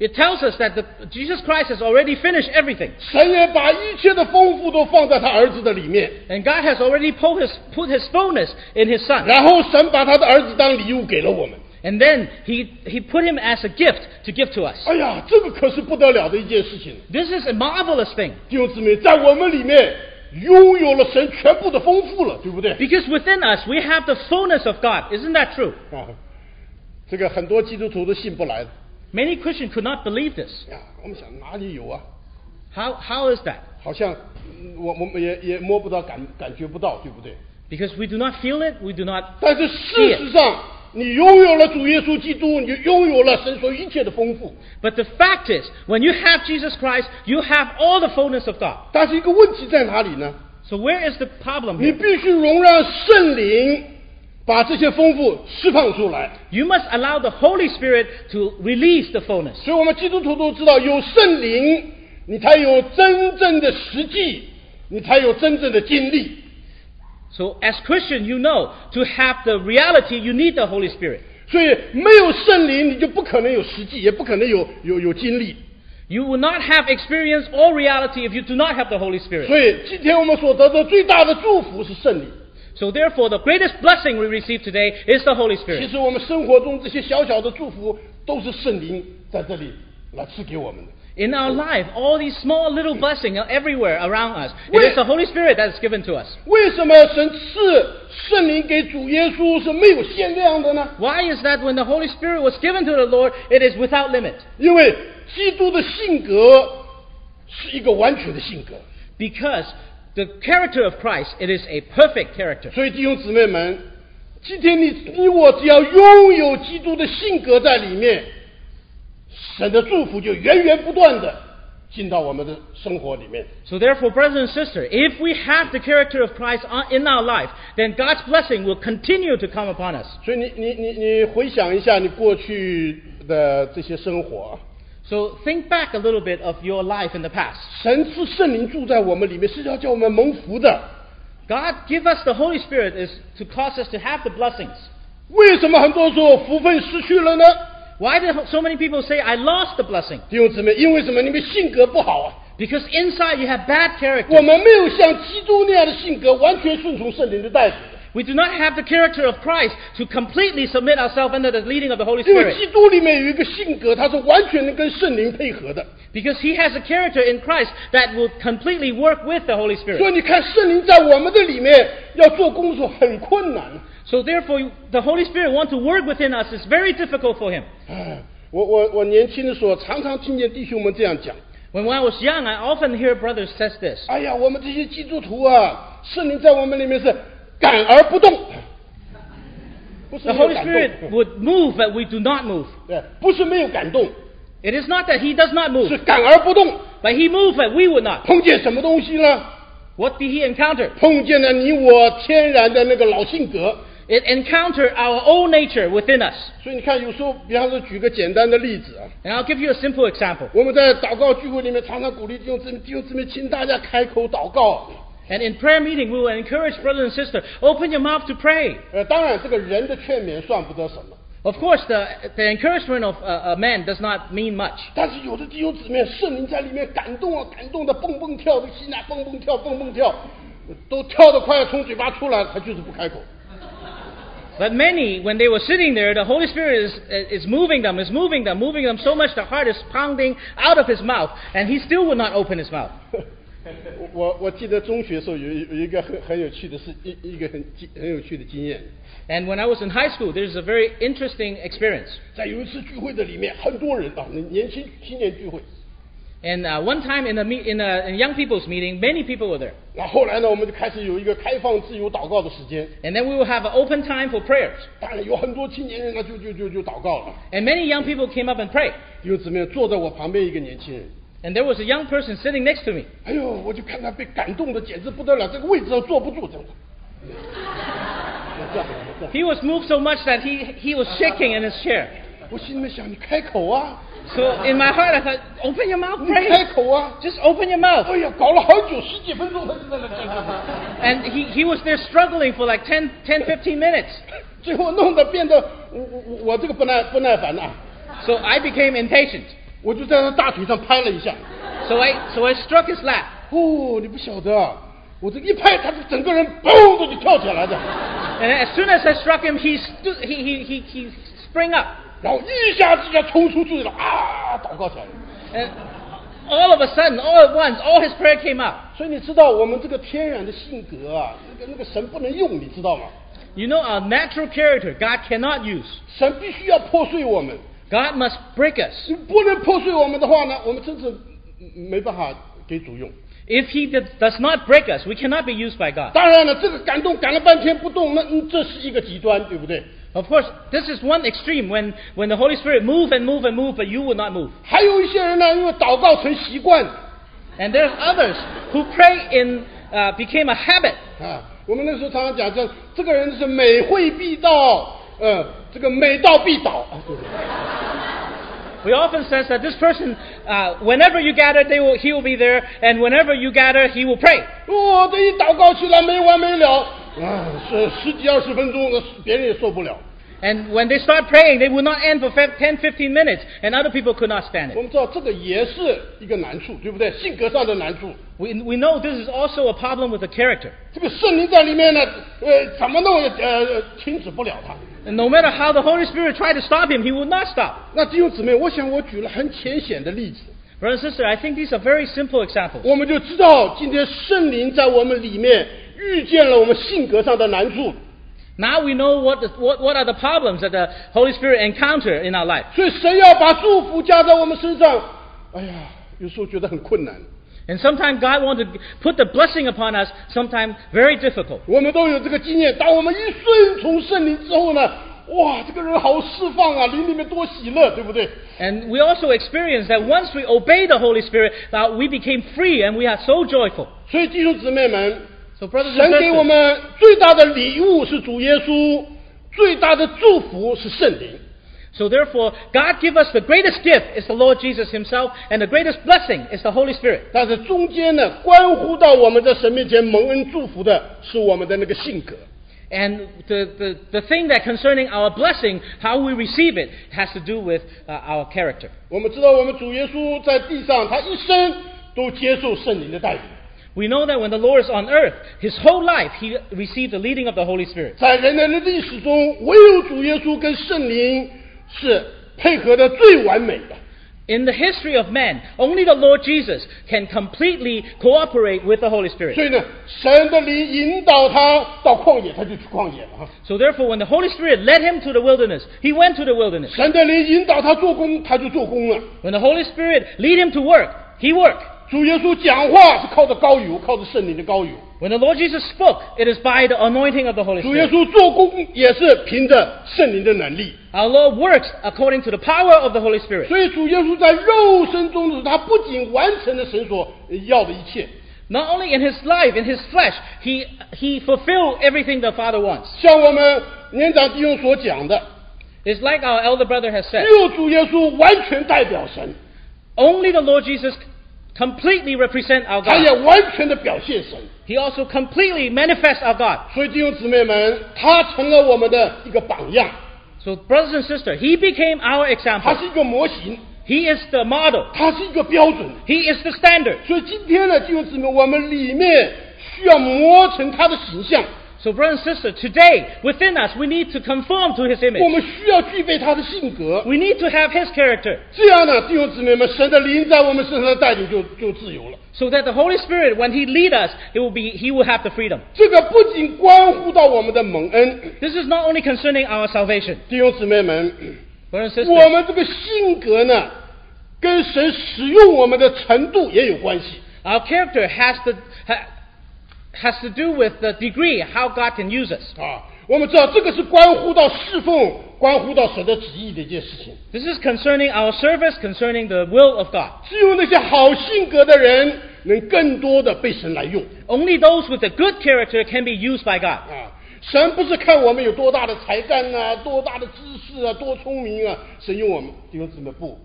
Speaker 3: It tells us that the, Jesus Christ has already finished everything,
Speaker 1: 神也把一切的丰富都放在他儿子的里面，
Speaker 3: and God has already put his, put his fullness in His Son.
Speaker 1: 然后神把他的儿子当礼物给了我们。
Speaker 3: And then he, he put Him as a gift to give to us.
Speaker 1: 哎呀，这个可是不得了的一件事情，
Speaker 3: This is a marvelous thing
Speaker 1: 弟兄姊妹，在我们里面拥有了神全部的丰富了，对不对？
Speaker 3: because within us we have the fullness of God. Isn't that true?
Speaker 1: 啊，这个很多基督徒都信不来的
Speaker 3: Many Christians could not believe this.
Speaker 1: 呀。我们想哪里有啊？
Speaker 3: How, how is that?
Speaker 1: 好像嗯我我们也也摸不到感感觉不到，对不对？
Speaker 3: Because we do not feel it, we do not
Speaker 1: 但是事实上，你拥有了主耶稣基督，你拥有了神所一切的丰富。
Speaker 3: But the fact is, when you have Jesus Christ, you have all the fullness of God.
Speaker 1: 但是一个问题在哪里呢？
Speaker 3: So where is the problem
Speaker 1: 你
Speaker 3: here?
Speaker 1: 必须容让圣灵把这些丰富释放出来。
Speaker 3: You must allow the Holy Spirit to release the fullness.
Speaker 1: 所以，我们基督徒都知道，有圣灵，你才有真正的实际，你才有真正的经历。
Speaker 3: So as Christian, you know to have the reality, you need the Holy Spirit.
Speaker 1: 所以没有圣灵，你就不可能有实际，也不可能有有有经历。
Speaker 3: You will not have experience or reality if you do not have the Holy Spirit.
Speaker 1: 所以今天我们所得的最大的祝福是圣灵。
Speaker 3: So therefore, the greatest blessing we receive today is the Holy
Speaker 1: 其
Speaker 3: Spirit.
Speaker 1: 实我们生活中这些小小的祝福，都是圣灵在这里来赐给我们的。
Speaker 3: In our life, all these small little blessings are everywhere around us. It is the Holy Spirit that is given to us.
Speaker 1: 为什么神赐圣灵给主耶稣是没有限量的呢？
Speaker 3: Why is that when the Holy Spirit was given to the Lord, it is without limit?
Speaker 1: 因为基督的性格是一个完全的性格。
Speaker 3: Because the character of Christ, it is a perfect character.
Speaker 1: 所以弟兄姊妹们，今天你你我只要拥有基督的性格在里面，神的祝福就源源不断的进到我们的生活里面。
Speaker 3: So therefore, brothers and sisters, if we have the character of Christ on- in our life, then God's blessing will continue to come upon us.
Speaker 1: 所以你你你你回想一下你过去的这些生活啊，
Speaker 3: So think back a little bit of your life in the past.
Speaker 1: 神赐圣灵住在我们里面是要叫我们蒙福的。
Speaker 3: God give us the Holy Spirit is to cause us to have the blessings.
Speaker 1: 为什么很多时候福分失去了呢？
Speaker 3: Why do so many people say, I lost the blessing?
Speaker 1: 弟兄姊妹，因为什么？你们性格不好啊！
Speaker 3: Because inside you have bad
Speaker 1: 我
Speaker 3: character.
Speaker 1: 们没有像基督那样的性格，完全顺从圣灵的带领的。
Speaker 3: We do not have the character of Christ to completely submit ourselves under the leading of the Holy
Speaker 1: 因为
Speaker 3: Spirit.
Speaker 1: 基督里面有一个性格，他是完全能跟圣灵配合的。
Speaker 3: Because he has a character in Christ that will completely work with the Holy
Speaker 1: 所
Speaker 3: Spirit.
Speaker 1: 以你看，圣灵在我们的里面要做工作很困难。
Speaker 3: So therefore, the Holy Spirit want to work within us is very difficult for him.
Speaker 1: 唉，我我我年轻的时候，常常听见弟兄们这样讲：
Speaker 3: When, when I was young, I often hear brothers says this.
Speaker 1: 哎呀，我们这些基督徒啊，圣灵在我们里面是感而不动，不是
Speaker 3: The
Speaker 1: 没有
Speaker 3: Holy
Speaker 1: 感动
Speaker 3: Spirit，would move, but we do not move.
Speaker 1: 对，不是没有感动，
Speaker 3: It is not that he does not move,
Speaker 1: 是感而不动。
Speaker 3: but he moves, but we would not.
Speaker 1: 碰见什么东西呢？
Speaker 3: What did he encounter?
Speaker 1: 碰见了你我天然的那个老性格。
Speaker 3: It encountered our own nature within us.
Speaker 1: 所以你看，有时候，比方说举个简单的例子啊，
Speaker 3: And I'll give you a simple example.
Speaker 1: 我们在祷告聚会里面常常鼓励弟兄姊妹，弟兄姊妹，请大家开口祷告。
Speaker 3: And in prayer meeting, we will encourage brother and sister, open your mouth to pray.
Speaker 1: 呃，当然，这个人的劝勉算不得什么，
Speaker 3: Of course, the, the encouragement of uh, a man does not mean much.
Speaker 1: 但是有的弟兄姊妹，圣灵在里面感动啊，感动的蹦蹦跳，这个心啊蹦蹦跳，蹦蹦跳，都跳得快要从嘴巴出来了，他就是不开口。
Speaker 3: But many, when they were sitting there, the Holy Spirit is, is moving them, is moving them, moving them so much the heart is pounding out of his mouth, and he still would not open his mouth.
Speaker 1: 我我我记得中学时候有一有一个很很有趣的事，一一个很经很有趣的经验。
Speaker 3: And when I was in high school, there's a very interesting experience.
Speaker 1: 在有一次聚会的里面，很多人啊，年年轻青年聚会。
Speaker 3: And uh, one time in a, me- in, a, in a young people's meeting, many people were there.
Speaker 1: 那啊后来呢，我们就开始有一个开放自由祷告的时间。
Speaker 3: And then we will have an open time for prayers.
Speaker 1: 当然，有很多青年人呢，就就就就祷告了。
Speaker 3: And many young people came up and prayed.
Speaker 1: 弟兄姊妹，坐在我旁边一个年轻人，
Speaker 3: And there was a young person sitting next to me.
Speaker 1: 哎呦，我就看他被感动的简直不得了，这个位置都坐不住，这样子。这样这样
Speaker 3: He was moved so much that he, he was shaking in his chair.
Speaker 1: 我心里面想，你开口啊，
Speaker 3: So in my heart, I thought, open your mouth,
Speaker 1: 你开
Speaker 3: pray.
Speaker 1: 口啊！
Speaker 3: Just open your mouth.
Speaker 1: 哎呀，搞了好久，十几分钟，他就在那讲讲讲，
Speaker 3: And he, he was there struggling for like 10, 10 15 minutes.
Speaker 1: 最后弄得变得我我我这个不耐不耐烦呐、啊
Speaker 3: So I became impatient.
Speaker 1: 我就在他大腿上拍了一下。
Speaker 3: So I, so I struck his lap.
Speaker 1: 哦，你不晓得，啊，我这一拍，他就整个人嘣的就跳起来的，
Speaker 3: And as soon as I struck him, he, stu- he, he, he, he sprang up.
Speaker 1: 然后一下子就冲出去了啊，祷告起来了。
Speaker 3: And all of a sudden, all at once, all his prayer came up.
Speaker 1: 所以你知道我们这个天然的性格啊，那个那个神不能用，你知道吗？
Speaker 3: You know, our natural character, God cannot use.
Speaker 1: 神必须要破碎我们，
Speaker 3: God must break us.
Speaker 1: 你不能破碎我们的话呢，我们真是嗯没办法给主用。
Speaker 3: If He d- does not break us, we cannot be used by God.
Speaker 1: 当然了，这个感动感了半天不动，那嗯这是一个极端，对不对？
Speaker 3: Of course, this is one extreme when, when the Holy Spirit move and move and move, but you will not move.
Speaker 1: 还有一些人呢，因为祷告成习惯
Speaker 3: And there's others who pray in uh, became a habit.
Speaker 1: 啊，我们那时候常常讲，这这个人是每会必到，呃，这个每到必倒，啊对不对？
Speaker 3: We often says that this person, uh, whenever you gather, they will, he will be there, and whenever you gather, he will pray.
Speaker 1: 哦，这一祷告起来没完没了，啊，是十几二十分钟，那别人也受不了。
Speaker 3: And when they start praying, they will not end for fif- 10, 15 minutes, and other people could not stand
Speaker 1: 我
Speaker 3: it.
Speaker 1: 们知道这个也是一个难处，对不对？性格上的难处。
Speaker 3: We, we know this is also a problem with the character.
Speaker 1: 这个圣灵在里面呢，呃，怎么弄也呃停止不了他。
Speaker 3: And no matter how the Holy Spirit tried to stop him, he would not stop.
Speaker 1: 那弟兄姊妹，我想我举了很浅显的例子，
Speaker 3: Brother and sister, I think these are very simple examples.
Speaker 1: 我们就知道今天圣灵在我们里面遇见了我们性格上的难处，
Speaker 3: Now we know what, the, what, what are the problems that the Holy Spirit encounter in our life.
Speaker 1: 所以神要把祝福加在我们身上。哎呀，有时候觉得很困难，
Speaker 3: And sometimes God wants to put the blessing upon us, sometimes very difficult.
Speaker 1: 我们都有这个经验。当我们一顺从圣灵之后呢，哇，这个人好释放啊，灵里面多喜乐，对不对？
Speaker 3: And we also experience that once we obey the Holy Spirit, that we became free and we are so joyful.
Speaker 1: 所以弟兄姊妹们，
Speaker 3: So brothers
Speaker 1: 神
Speaker 3: and
Speaker 1: 给我
Speaker 3: sisters,
Speaker 1: 们最大的礼物是主耶稣，最大的祝福是圣灵。
Speaker 3: so therefore, God give us the greatest gift is the Lord Jesus Himself, and the greatest blessing is the Holy Spirit.
Speaker 1: 但是中间呢，关乎到我们在神面前蒙恩祝福的是我们的那个性格。
Speaker 3: And the, the, the thing that concerning our blessing, how we receive it, has to do with uh, our character.
Speaker 1: 我们知道，我们主耶稣在地上，他一生都接受圣灵的带领。
Speaker 3: We know that when the Lord is on earth, His whole life, He received the leading of the Holy Spirit.
Speaker 1: 在人类的历史中，唯有主耶稣跟圣灵是配合的最完美的。
Speaker 3: In the history of man, only the Lord Jesus can completely cooperate with the Holy Spirit.
Speaker 1: 所以呢，神的灵引导他到旷野，他就去旷野了啊。
Speaker 3: So therefore, when the Holy Spirit led him to the wilderness, he went to the wilderness.
Speaker 1: 神的灵引导他做工，他就做工了。
Speaker 3: When the Holy Spirit lead him to work, he worked.
Speaker 1: 主耶稣讲话是靠着高油，靠着圣灵的高油。
Speaker 3: When the Lord Jesus spoke, it is by the anointing of the Holy
Speaker 1: 主耶
Speaker 3: Spirit.
Speaker 1: 稣做工也是凭着圣灵的能力。
Speaker 3: Our Lord works according to the power of the Holy Spirit.
Speaker 1: 所以主耶稣在肉身中的时候，他不仅完成了神所要的一切，
Speaker 3: Not only in his life, in his flesh, he, he fulfilled everything the Father wants.
Speaker 1: 像我们年长弟兄所讲的，
Speaker 3: It's like our elder brother has
Speaker 1: 只
Speaker 3: said
Speaker 1: 有主耶稣完全代表神，
Speaker 3: only the Lord Jesus completely represents our
Speaker 1: 他也
Speaker 3: God.
Speaker 1: 完全的表现神。
Speaker 3: He also completely manifests our God.
Speaker 1: 所以弟兄姊妹们，他成了我们的一个榜样，
Speaker 3: So, brothers and sisters, he became our
Speaker 1: 他
Speaker 3: example.
Speaker 1: 是一个模型，
Speaker 3: He is the model,
Speaker 1: 他是一个标准。
Speaker 3: he is the standard.
Speaker 1: 所以今天呢，弟兄姊妹，我们里面需要磨成他的形象，
Speaker 3: So, brother and sister, today within us we need to conform to His
Speaker 1: 我
Speaker 3: image.
Speaker 1: 们需要具备他的性格。
Speaker 3: We need to have His character,
Speaker 1: 这样呢，弟兄姊妹们，神的灵在我们身上的带领就就自由了。
Speaker 3: so that the Holy Spirit, when He lead us, it will be He will have the freedom.
Speaker 1: 这个不仅关乎到我们的蒙恩，
Speaker 3: This is not only concerning our salvation,
Speaker 1: 弟兄姊妹们，
Speaker 3: brother and sister.
Speaker 1: 我们这个性格呢，跟神使用我们的程度也有关系。
Speaker 3: Our character has to ha, has to do with the degree how God can use us.
Speaker 1: 啊，我们知道这个是关乎到侍奉、关乎到神的旨意的一件事情。
Speaker 3: This is concerning our service, concerning the will of God.
Speaker 1: 只有那些好性格的人，能更多的被神来用
Speaker 3: Only those with a good character can be used by God.
Speaker 1: 啊。神不是看我们有多大的才干啊，多大的知识啊，多聪明啊，神用我们弟兄姊妹不，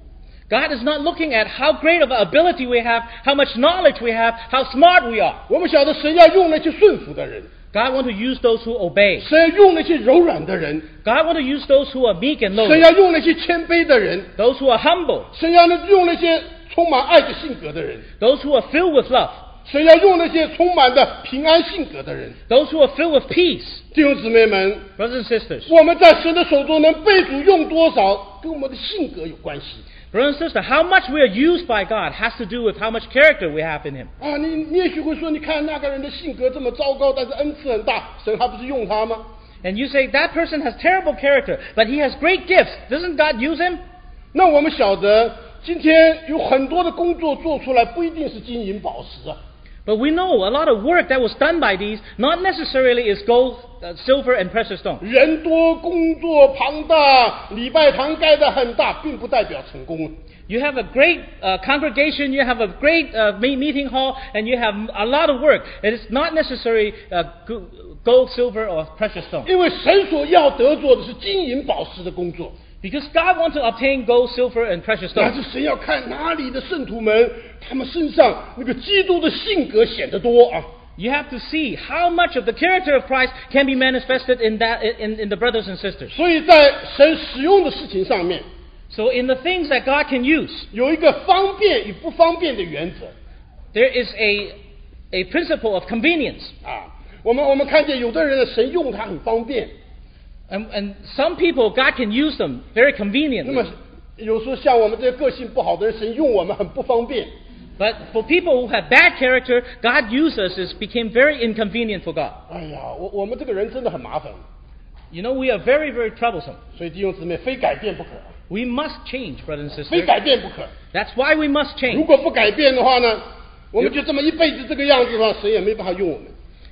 Speaker 3: God is not looking at how great of an ability we have, how much knowledge we have, how smart we are.
Speaker 1: 我们晓得神要用那些顺服的人，
Speaker 3: God want to use those who obey.
Speaker 1: 神要用那些柔软的人，
Speaker 3: God want to use those who are meek
Speaker 1: 神
Speaker 3: and lowly.
Speaker 1: 要用那些谦卑的人，
Speaker 3: Those who are humble.
Speaker 1: 神要用那些充满爱的性格的人，
Speaker 3: Those who are filled with love.
Speaker 1: 神要用那些充满的平安性格的人。
Speaker 3: Those who are filled with peace.
Speaker 1: 弟兄姊妹们，
Speaker 3: Brothers and sisters.
Speaker 1: 我们在神的手中能被主用多少，跟我们的性格有关系
Speaker 3: Brothers and sisters, how much we are used by God has to do with how much character we have in Him.
Speaker 1: 啊！你你也许会说，你看那个人的性格这么糟糕，但是恩赐很大，神还不是用他吗？
Speaker 3: And you say, that person has terrible character, but he has great gifts. Doesn't God use him?
Speaker 1: 那我们晓得，今天有很多的工作做出来不一定是金银宝石啊，
Speaker 3: But we know a lot of work that was done by these not necessarily is gold, uh, silver, and precious stone.
Speaker 1: 人多工作庞大，礼拜堂盖得很大，并不代表成功啊。
Speaker 3: You have a great uh, congregation, you have a great uh, me- meeting hall, and you have a lot of work. It is not necessarily uh, go- gold, silver, or precious stone.
Speaker 1: 因为神所要得做的是金银宝石的工作，
Speaker 3: Because God wants to obtain gold, silver, and precious
Speaker 1: 但
Speaker 3: stone.
Speaker 1: 是神要看哪里的圣徒们，他们身上那个基督的性格显得多啊。
Speaker 3: You have to see how much of the character of Christ can be manifested in, that, in, in the brothers and sisters.
Speaker 1: 所以在神使用的事情上面，
Speaker 3: So, in the things that God can use,
Speaker 1: 有一个方便与不方便的原则
Speaker 3: there is a, a principle of convenience.
Speaker 1: 啊。我们我们看见有的人呢，神用他很方便，
Speaker 3: And, and some people, God can use them very
Speaker 1: 那么
Speaker 3: conveniently.
Speaker 1: 有时候像我们这些个性不好的人，神用我们很不方便。
Speaker 3: But for people who have bad character, God uses us. It became very inconvenient for God.
Speaker 1: 哎呀，我我们这个人真的很麻烦，
Speaker 3: You know, we are very, very troublesome.
Speaker 1: 所以弟兄姊妹非改变不可，
Speaker 3: We must change, brothers and
Speaker 1: 非
Speaker 3: sisters.
Speaker 1: 改变不可。
Speaker 3: That's why we must
Speaker 1: 如
Speaker 3: change.
Speaker 1: 果不改变的话呢，我们就这么一辈子这个样子吧，神也没办法用我们。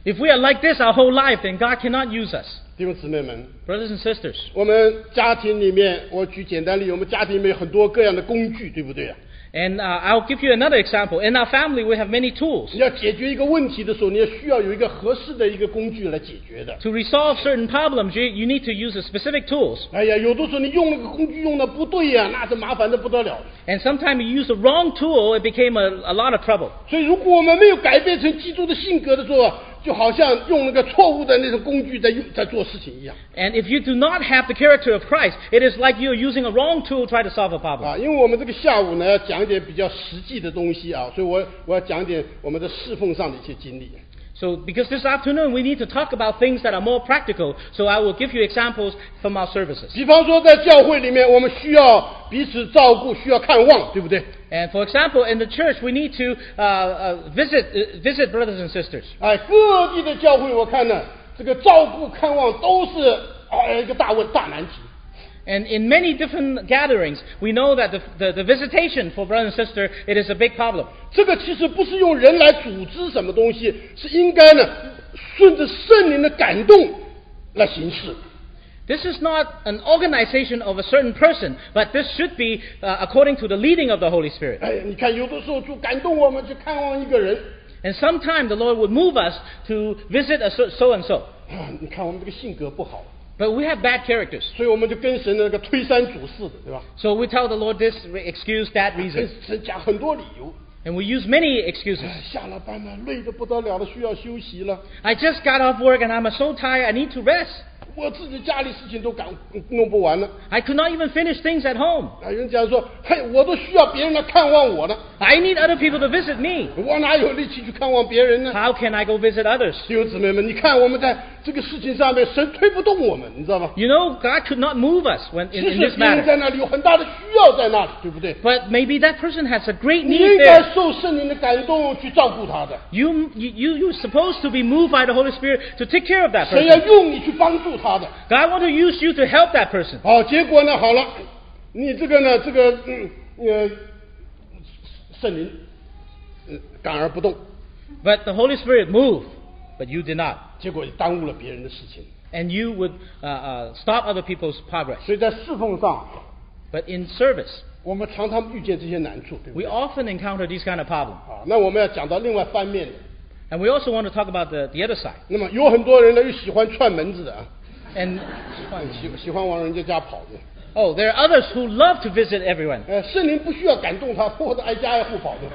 Speaker 3: If we are like this our whole life, then God cannot use us.
Speaker 1: 弟兄姊妹们，
Speaker 3: Brothers and sisters,
Speaker 1: 我们家庭里面，我举简单例子，我们家庭里面有很多各样的工具，对不对啊？
Speaker 3: and uh, I'll give you another example. In our family, we have many tools.
Speaker 1: 你要解决一个问题的时候，你也需要有一个合适的一个工具来解决的。
Speaker 3: To resolve certain problems, you, you need to use a specific tools.
Speaker 1: 哎呀，有的时候你用那个工具用的不对呀、那是麻烦的不得了。
Speaker 3: And sometimes you use the wrong tool, it became a, a lot of trouble.
Speaker 1: 所以，如果我们没有改变成基督的性格的时候，就好像用那个错误的那种工具在用在做事情一样
Speaker 3: And if you do not have the character of Christ, it is like you're using a wrong tool to try to solve a problem.
Speaker 1: 啊。因为我们这个下午呢要讲一点比较实际的东西啊，所以我我要讲点我们的侍奉上的一些经历。
Speaker 3: So, because this afternoon we need to talk about things that are more practical, so I will give you examples from our services.
Speaker 1: 比方说，在教会里面，我们需要彼此照顾，需要看望，对不对？
Speaker 3: And for example, in the church, we need to uh, uh, visit, uh, visit brothers and sisters.
Speaker 1: 哎，各地的教会，我看呢，这个照顾看望都是啊一个大问大难题。
Speaker 3: And in many different gatherings, we know that the, the, the visitation for brother and sister, it is a big problem.
Speaker 1: 这个其实不是用人来组织什么东西，是应该呢顺着圣灵的感动来行事。
Speaker 3: This is not an organization of a certain person, but this should be uh, according to the leading of the Holy Spirit.
Speaker 1: 哎，你看，有的时候就感动我们去看望一个人
Speaker 3: And sometime the Lord would move us to visit a so and so.
Speaker 1: 啊，你看我们这个性格不好，
Speaker 3: But we have bad characters.
Speaker 1: 所以我们就跟神的那个推三阻四的，对吧？
Speaker 3: So we tell the Lord this re- excuse, that
Speaker 1: 跟
Speaker 3: reason.
Speaker 1: 神讲很多理由，
Speaker 3: And we use many excuses.
Speaker 1: 哎下了班了，累得不得了了，需要休息了。
Speaker 3: I just got off work and I'm uh, so tired, I need to rest.
Speaker 1: 我自己家里事情都赶弄不完了，
Speaker 3: I could not even finish things at home.
Speaker 1: 啊，人家说，嘿，我都需要别人来看望我呢，
Speaker 3: I need other people to visit me.
Speaker 1: 我哪有力气去看望别人呢？
Speaker 3: How can I go visit others?
Speaker 1: 弟兄姊妹们，你看我们在这个事情上面，神推不动我们，你知道吗？
Speaker 3: You know, God could not move us when,
Speaker 1: 其
Speaker 3: in,
Speaker 1: 实
Speaker 3: in
Speaker 1: 别人
Speaker 3: this matter.
Speaker 1: 在那里有很大的需要在那里，对不对？
Speaker 3: But maybe that person has a great
Speaker 1: 你
Speaker 3: need
Speaker 1: 应该
Speaker 3: there.
Speaker 1: 受圣灵的感动去照顾他的，
Speaker 3: You, you, you- you're supposed to be moved by the Holy Spirit to take care of that
Speaker 1: 神要
Speaker 3: person.
Speaker 1: 用你去帮助他的。
Speaker 3: God want to use you to help that person.
Speaker 1: 好，结果呢？好了，你这个呢？这个嗯呃，圣灵、呃、感而不动，
Speaker 3: But the Holy Spirit moved, but you did not.
Speaker 1: 结果耽误了别人的事情。
Speaker 3: And you would uh, uh, stop other people's progress.
Speaker 1: 所以在侍奉上，
Speaker 3: But in service,
Speaker 1: 我们常常遇见这些难处，对不
Speaker 3: we
Speaker 1: 对？
Speaker 3: often encounter these kind of problems.
Speaker 1: 啊，那我们要讲到另外方面的。
Speaker 3: And we also want to talk about the, the other side.
Speaker 1: 那么有很多人呢，又喜欢串门子的啊，
Speaker 3: And
Speaker 1: 喜喜欢往人家家跑的。
Speaker 3: Oh, there are others who love to visit everyone.
Speaker 1: 呃，圣灵不需要感动他，迫得挨家挨户跑的。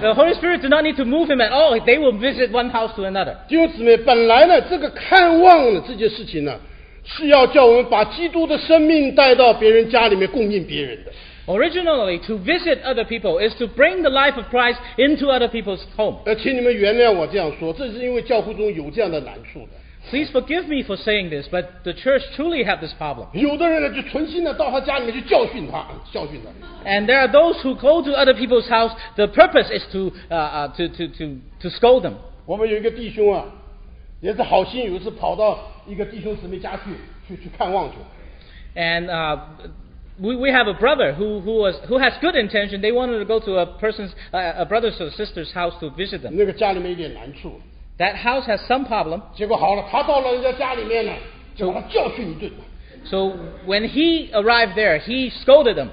Speaker 3: The Holy Spirit did not need to move him at all. They will visit one house to another.
Speaker 1: 弟兄姊妹，本来呢，这个看望呢这件事情呢，是要叫我们把基督的生命带到别人家里面供应别人的。
Speaker 3: Originally, to visit other people is to bring the life of Christ into other people's home.
Speaker 1: 呃，请你们原谅我这样说，这是因为教会中有这样的难处的。
Speaker 3: Please forgive me for saying this, but the church truly have this problem.
Speaker 1: 有的人呢，就存心的到他家里面去教训他，教训他。
Speaker 3: And there are those who go to other people's house. The purpose is to, uh, uh, to, to, to, to scold them.
Speaker 1: 我们有一个弟兄啊，也是好心，有一次跑到一个弟兄姊妹家去去去看望去。
Speaker 3: And uh, we, we have a brother who, who, was, who has good intention. They wanted to go to a person's, uh, a brother's or sister's house to visit them.
Speaker 1: 那个家里面有点难处，
Speaker 3: That house has some problem.
Speaker 1: 结果好了，他到了人家家里面呢，就把他教训一顿。
Speaker 3: So when he arrived there, he scolded them.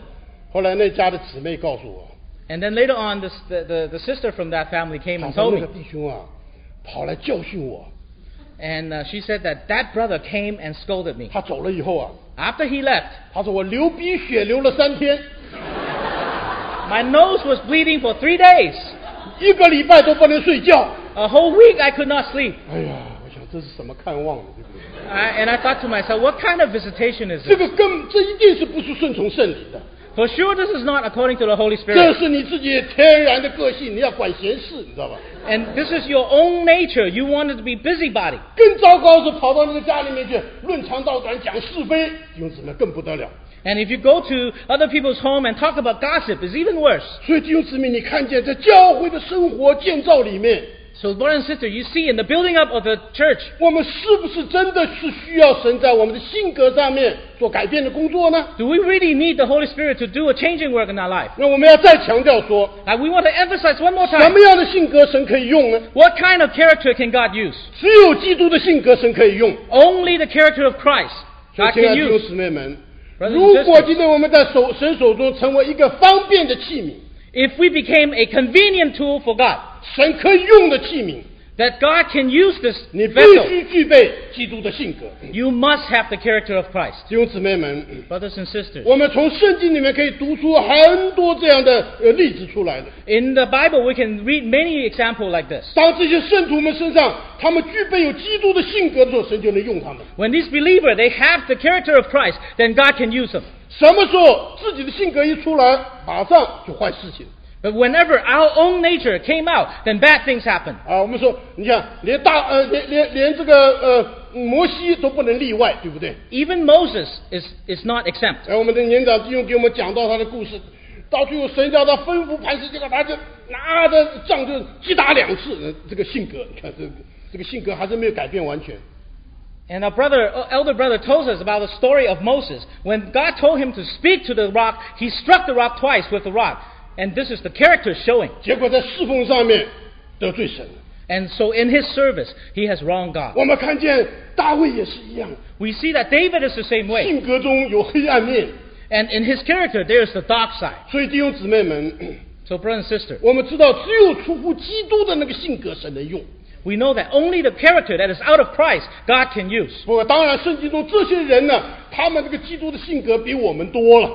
Speaker 1: 后来那家的姊妹告诉我，
Speaker 3: And then later on, this, the, the, the sister from that family came
Speaker 1: 她
Speaker 3: and
Speaker 1: 说
Speaker 3: told
Speaker 1: 那
Speaker 3: me.
Speaker 1: 个弟兄啊，跑来教训我。
Speaker 3: And uh, she said that that brother came and scolded me.
Speaker 1: 他走了以后啊，
Speaker 3: After he left,
Speaker 1: 他说我流鼻血流了三天，
Speaker 3: my nose was bleeding for three days.
Speaker 1: 一个礼拜都不能睡觉。
Speaker 3: A whole week I could not sleep.
Speaker 1: 哎呀，我想这是什么看望的，对不对？
Speaker 3: I, and I thought to myself, what kind of visitation is
Speaker 1: 这
Speaker 3: this?
Speaker 1: 个根，这一定是不是顺从圣灵的，
Speaker 3: For sure, this is not according to the Holy
Speaker 1: 这
Speaker 3: Spirit.
Speaker 1: 是你自己天然的个性，你要管闲事，你知道吧？
Speaker 3: And this is your own nature. You wanted to be busybody.
Speaker 1: 更糟糕是跑到那个家里面去论长道短，讲是非，弟兄姊妹更不得了。
Speaker 3: And if you go to other people's home and talk about gossip, it's even worse.
Speaker 1: 所以弟兄姊妹，你看见在教会的生活建造里面，
Speaker 3: So, brother and sister, you see, in the building up of the church,
Speaker 1: 我们是不是真的是需要神在我们的性格上面做改变的工作呢？
Speaker 3: do we really need the Holy Spirit to do a changing work in our life?
Speaker 1: 那我们要再强调说，
Speaker 3: And we want to emphasize one more
Speaker 1: 什
Speaker 3: time
Speaker 1: 么样的性格神可以用呢？
Speaker 3: what kind of character can God use?
Speaker 1: 只有基督的性格神可以用。
Speaker 3: Only the character of Christ
Speaker 1: 所以
Speaker 3: God，
Speaker 1: 亲爱
Speaker 3: can
Speaker 1: 的弟兄
Speaker 3: use.
Speaker 1: 姊妹们，
Speaker 3: Brothers and
Speaker 1: 如果
Speaker 3: sisters
Speaker 1: 今天我们在手神手中成为一个方便的器皿，
Speaker 3: If we became a convenient tool for God,
Speaker 1: 神可以用的器皿，
Speaker 3: that God can use this
Speaker 1: 你必
Speaker 3: vessel,
Speaker 1: 须具备基督的性格。
Speaker 3: you must have the character of Christ.
Speaker 1: 弟兄姊妹们，
Speaker 3: Brothers and sisters,
Speaker 1: 我们从圣经里面可以读出很多这样的呃例子出来的。
Speaker 3: in the Bible, we can read many examples like this.
Speaker 1: 当这些圣徒们身上，他们具备有基督的性格的时候，神就能用他们。
Speaker 3: When these believers they have the character of Christ, then God can use them.
Speaker 1: 什么时候自己的性格一出来，马上就坏事情
Speaker 3: But whenever our own nature came out, then bad things happen.
Speaker 1: 啊！我们说，你看，连大呃，连连连这个呃摩西都不能例外，对不对？
Speaker 3: Even Moses is, is not exempt.
Speaker 1: 哎，我们的年长弟兄给我们讲到他的故事，到最后神叫他吩咐磐石，结果他就拿着杖就击打两次。呃这个性格，你看这个这个性格还是没有改变完全。
Speaker 3: And our brother, uh, elder brother tells us about the story of Moses. When God told him to speak to the rock, he struck the rock twice with the rock. And this is the character showing.
Speaker 1: 结果在侍奉上面得罪神了。
Speaker 3: And so in his service, he has wronged God.
Speaker 1: 我们看见大卫也是一样，
Speaker 3: We see that David is the same way.
Speaker 1: 性格中有黑暗面。
Speaker 3: And in his character, there is the dark side.
Speaker 1: 所以弟兄姊妹们，
Speaker 3: So brother and sister,
Speaker 1: 我们知道只有出乎基督的那个性格神能用。
Speaker 3: we know that only the character that is out of Christ, God can use.
Speaker 1: 不过当然，圣经中这些人呢，他们这个基督的性格比我们多了。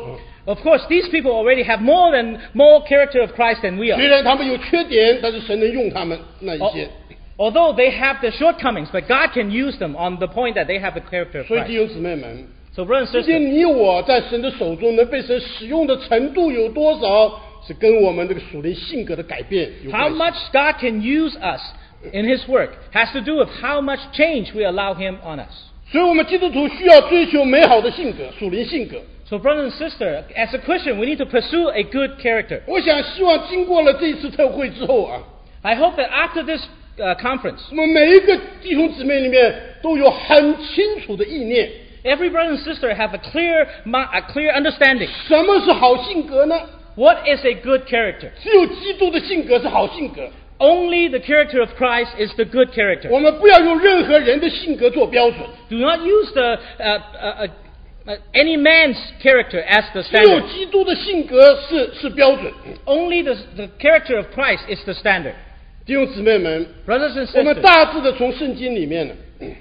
Speaker 3: Of course, these people already have more than more character of Christ than we are.
Speaker 1: 虽然他们有缺点，但是神能用他们那一
Speaker 3: Al-
Speaker 1: 些。
Speaker 3: Although they have their shortcomings, but God can use them on the point that they have the character of
Speaker 1: 所以弟
Speaker 3: Christ.
Speaker 1: 兄姊妹们，
Speaker 3: So, brothers and
Speaker 1: 今天
Speaker 3: sisters,
Speaker 1: 你我在神的手中能被神使用的程度有多少，是跟我们这个属灵性格的改变有关
Speaker 3: how
Speaker 1: 系。
Speaker 3: much God can use us in His work has to do with how much change we allow Him on us.
Speaker 1: 所以，我们基督徒需要追求美好的性格，属灵性格。
Speaker 3: So, brothers and sisters, as a Christian, we need to pursue a good character.
Speaker 1: 我想，希望经过了这一次特会之后啊，
Speaker 3: I hope that after this uh, conference,
Speaker 1: 我们每一个弟兄姊妹里面都有很清楚的意念，
Speaker 3: every brother and sister have a clear, mi- a clear understanding.
Speaker 1: 什么是好性格呢？
Speaker 3: What is a good character?
Speaker 1: 只有基督的性格是好性格，
Speaker 3: Only the character of Christ is the good character.
Speaker 1: 我们不要用任何人的性格做标准，
Speaker 3: Do not use the uh, uh, uh, uh, any man's character as the
Speaker 1: 只有
Speaker 3: standard.
Speaker 1: 基督的性格是是标准。
Speaker 3: Only the, the character of Christ is the standard.
Speaker 1: 弟兄姊妹们，
Speaker 3: Brothers and
Speaker 1: 我们
Speaker 3: sisters,
Speaker 1: 大致的从圣经里面呢，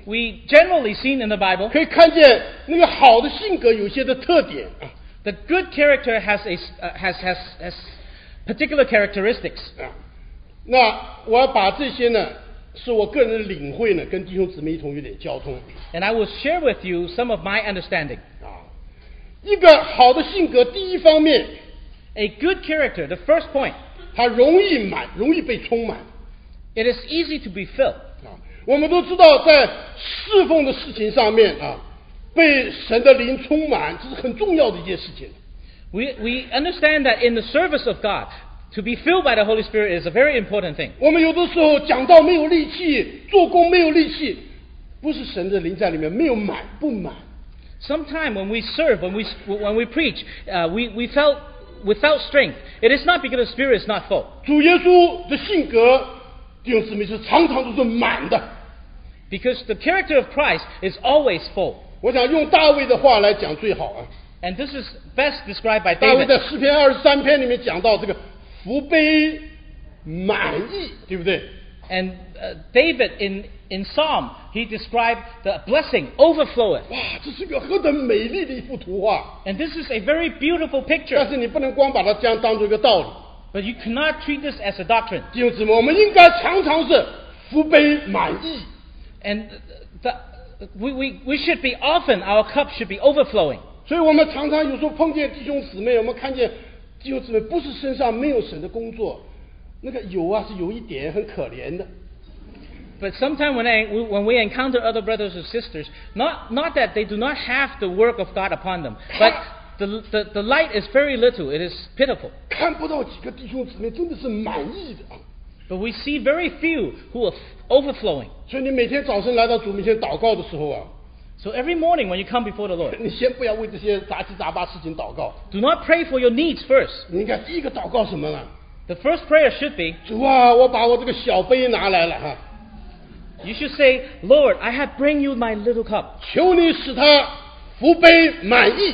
Speaker 3: we generally seen in the Bible
Speaker 1: 可以看见那个好的性格有些的特点啊
Speaker 3: the good character has a s- uh, has has has particular characteristics.
Speaker 1: 啊。那我要把这些呢，是我个人的领会呢，跟弟兄姊妹一同有点交通
Speaker 3: And I will share with you some of my understanding.
Speaker 1: 啊。一个好的性格，第一方面，
Speaker 3: A good character, the first point,
Speaker 1: 它容易满，容易被充满
Speaker 3: it is easy to be filled.
Speaker 1: 啊。我们都知道，在侍奉的事情上面啊，被神的灵充满，这是很重要的一件事情。
Speaker 3: We, we understand that in the service of God, to be filled by the Holy Spirit is a very important thing.
Speaker 1: 我们有的时候讲到没有力气，做工没有力气，不是神的灵在里面，没有满不满。
Speaker 3: Sometimes when we serve, when we, when we preach, uh, we, we felt without strength. It is not because the Spirit is not full.
Speaker 1: 主耶稣的性格，弟兄姊妹是常常都是满的。
Speaker 3: Because the character of Christ is always full.
Speaker 1: 我想用大卫的话来讲最好啊。
Speaker 3: And this is best described by
Speaker 1: 大卫
Speaker 3: David.
Speaker 1: 在诗篇二十三篇里面讲到这个福杯满意，对不对？
Speaker 3: And uh, David in, in Psalm, he described the blessing overfloweth.
Speaker 1: 哇，这是一个何等美丽的一幅图画！
Speaker 3: And this is a very beautiful
Speaker 1: 但
Speaker 3: picture.
Speaker 1: 是你不能光把它这样当做一个道理。
Speaker 3: But you cannot treat this as a doctrine.
Speaker 1: 弟兄姊妹，我们应该常常是福杯满意。
Speaker 3: And uh, the, we, we, we should be often, our cup should be overflowing.
Speaker 1: 所以我们常常有时候碰见弟兄姊妹，我们看见弟兄姊妹不是身上没有神的工作，那个有啊是有一点很可怜的。
Speaker 3: But sometimes when, I, when we encounter other brothers or sisters, not, not that they do not have the work of God upon them, but the, the, the light is very little, it is pitiful.
Speaker 1: 看不到几个弟兄姊妹真的是满意的啊！
Speaker 3: But we see very few who are f- overflowing.
Speaker 1: 所以你每天早晨来到主面前祷告的时候啊，
Speaker 3: So every morning when you come before the Lord,
Speaker 1: 你先不要为这些杂七杂八事情祷告，
Speaker 3: do not pray for your needs first.
Speaker 1: 你应该第一个祷告什么呢？
Speaker 3: The first prayer should be
Speaker 1: 主啊，我把我这个小杯拿来了哈、
Speaker 3: you should say, Lord, I have bring you my little cup.
Speaker 1: 求你使它福杯满意，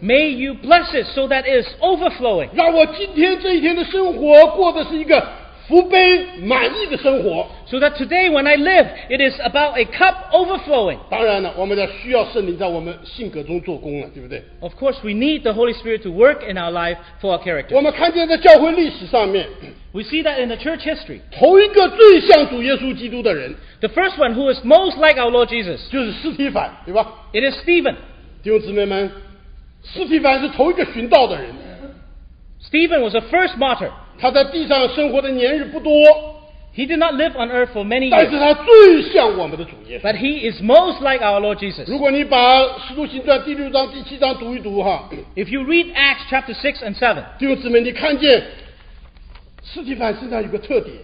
Speaker 3: May you bless it so that it is overflowing.
Speaker 1: 让我今天这一天的生活过的是一个福杯满意的生活。
Speaker 3: So that today when I live, it is about a cup overflowing.
Speaker 1: 当然了，我们要需要圣灵在我们性格中做工啊了，对不对？
Speaker 3: Of course, we need the Holy Spirit to work in our life for our character.
Speaker 1: 我们看见在教会历史上面，
Speaker 3: We see that in the church history.
Speaker 1: 头一个最像主耶稣基督的人
Speaker 3: The first one who is most like our Lord Jesus,
Speaker 1: 就是斯提凡，对吧？
Speaker 3: it is Stephen.
Speaker 1: 弟兄姊妹们，斯提凡是头一个寻道的人，
Speaker 3: Stephen was the first martyr.
Speaker 1: 他在地上生活的年日不多，
Speaker 3: He did not live on earth for many
Speaker 1: 但是
Speaker 3: years,
Speaker 1: 他最像我们的主耶稣。
Speaker 3: but he is most like our Lord Jesus.
Speaker 1: 如果你把《使徒行传》第六章、第七章读一读哈，
Speaker 3: If you read Acts chapter 6 and 7,
Speaker 1: 弟兄姊妹，你看见斯提凡身上有个特点，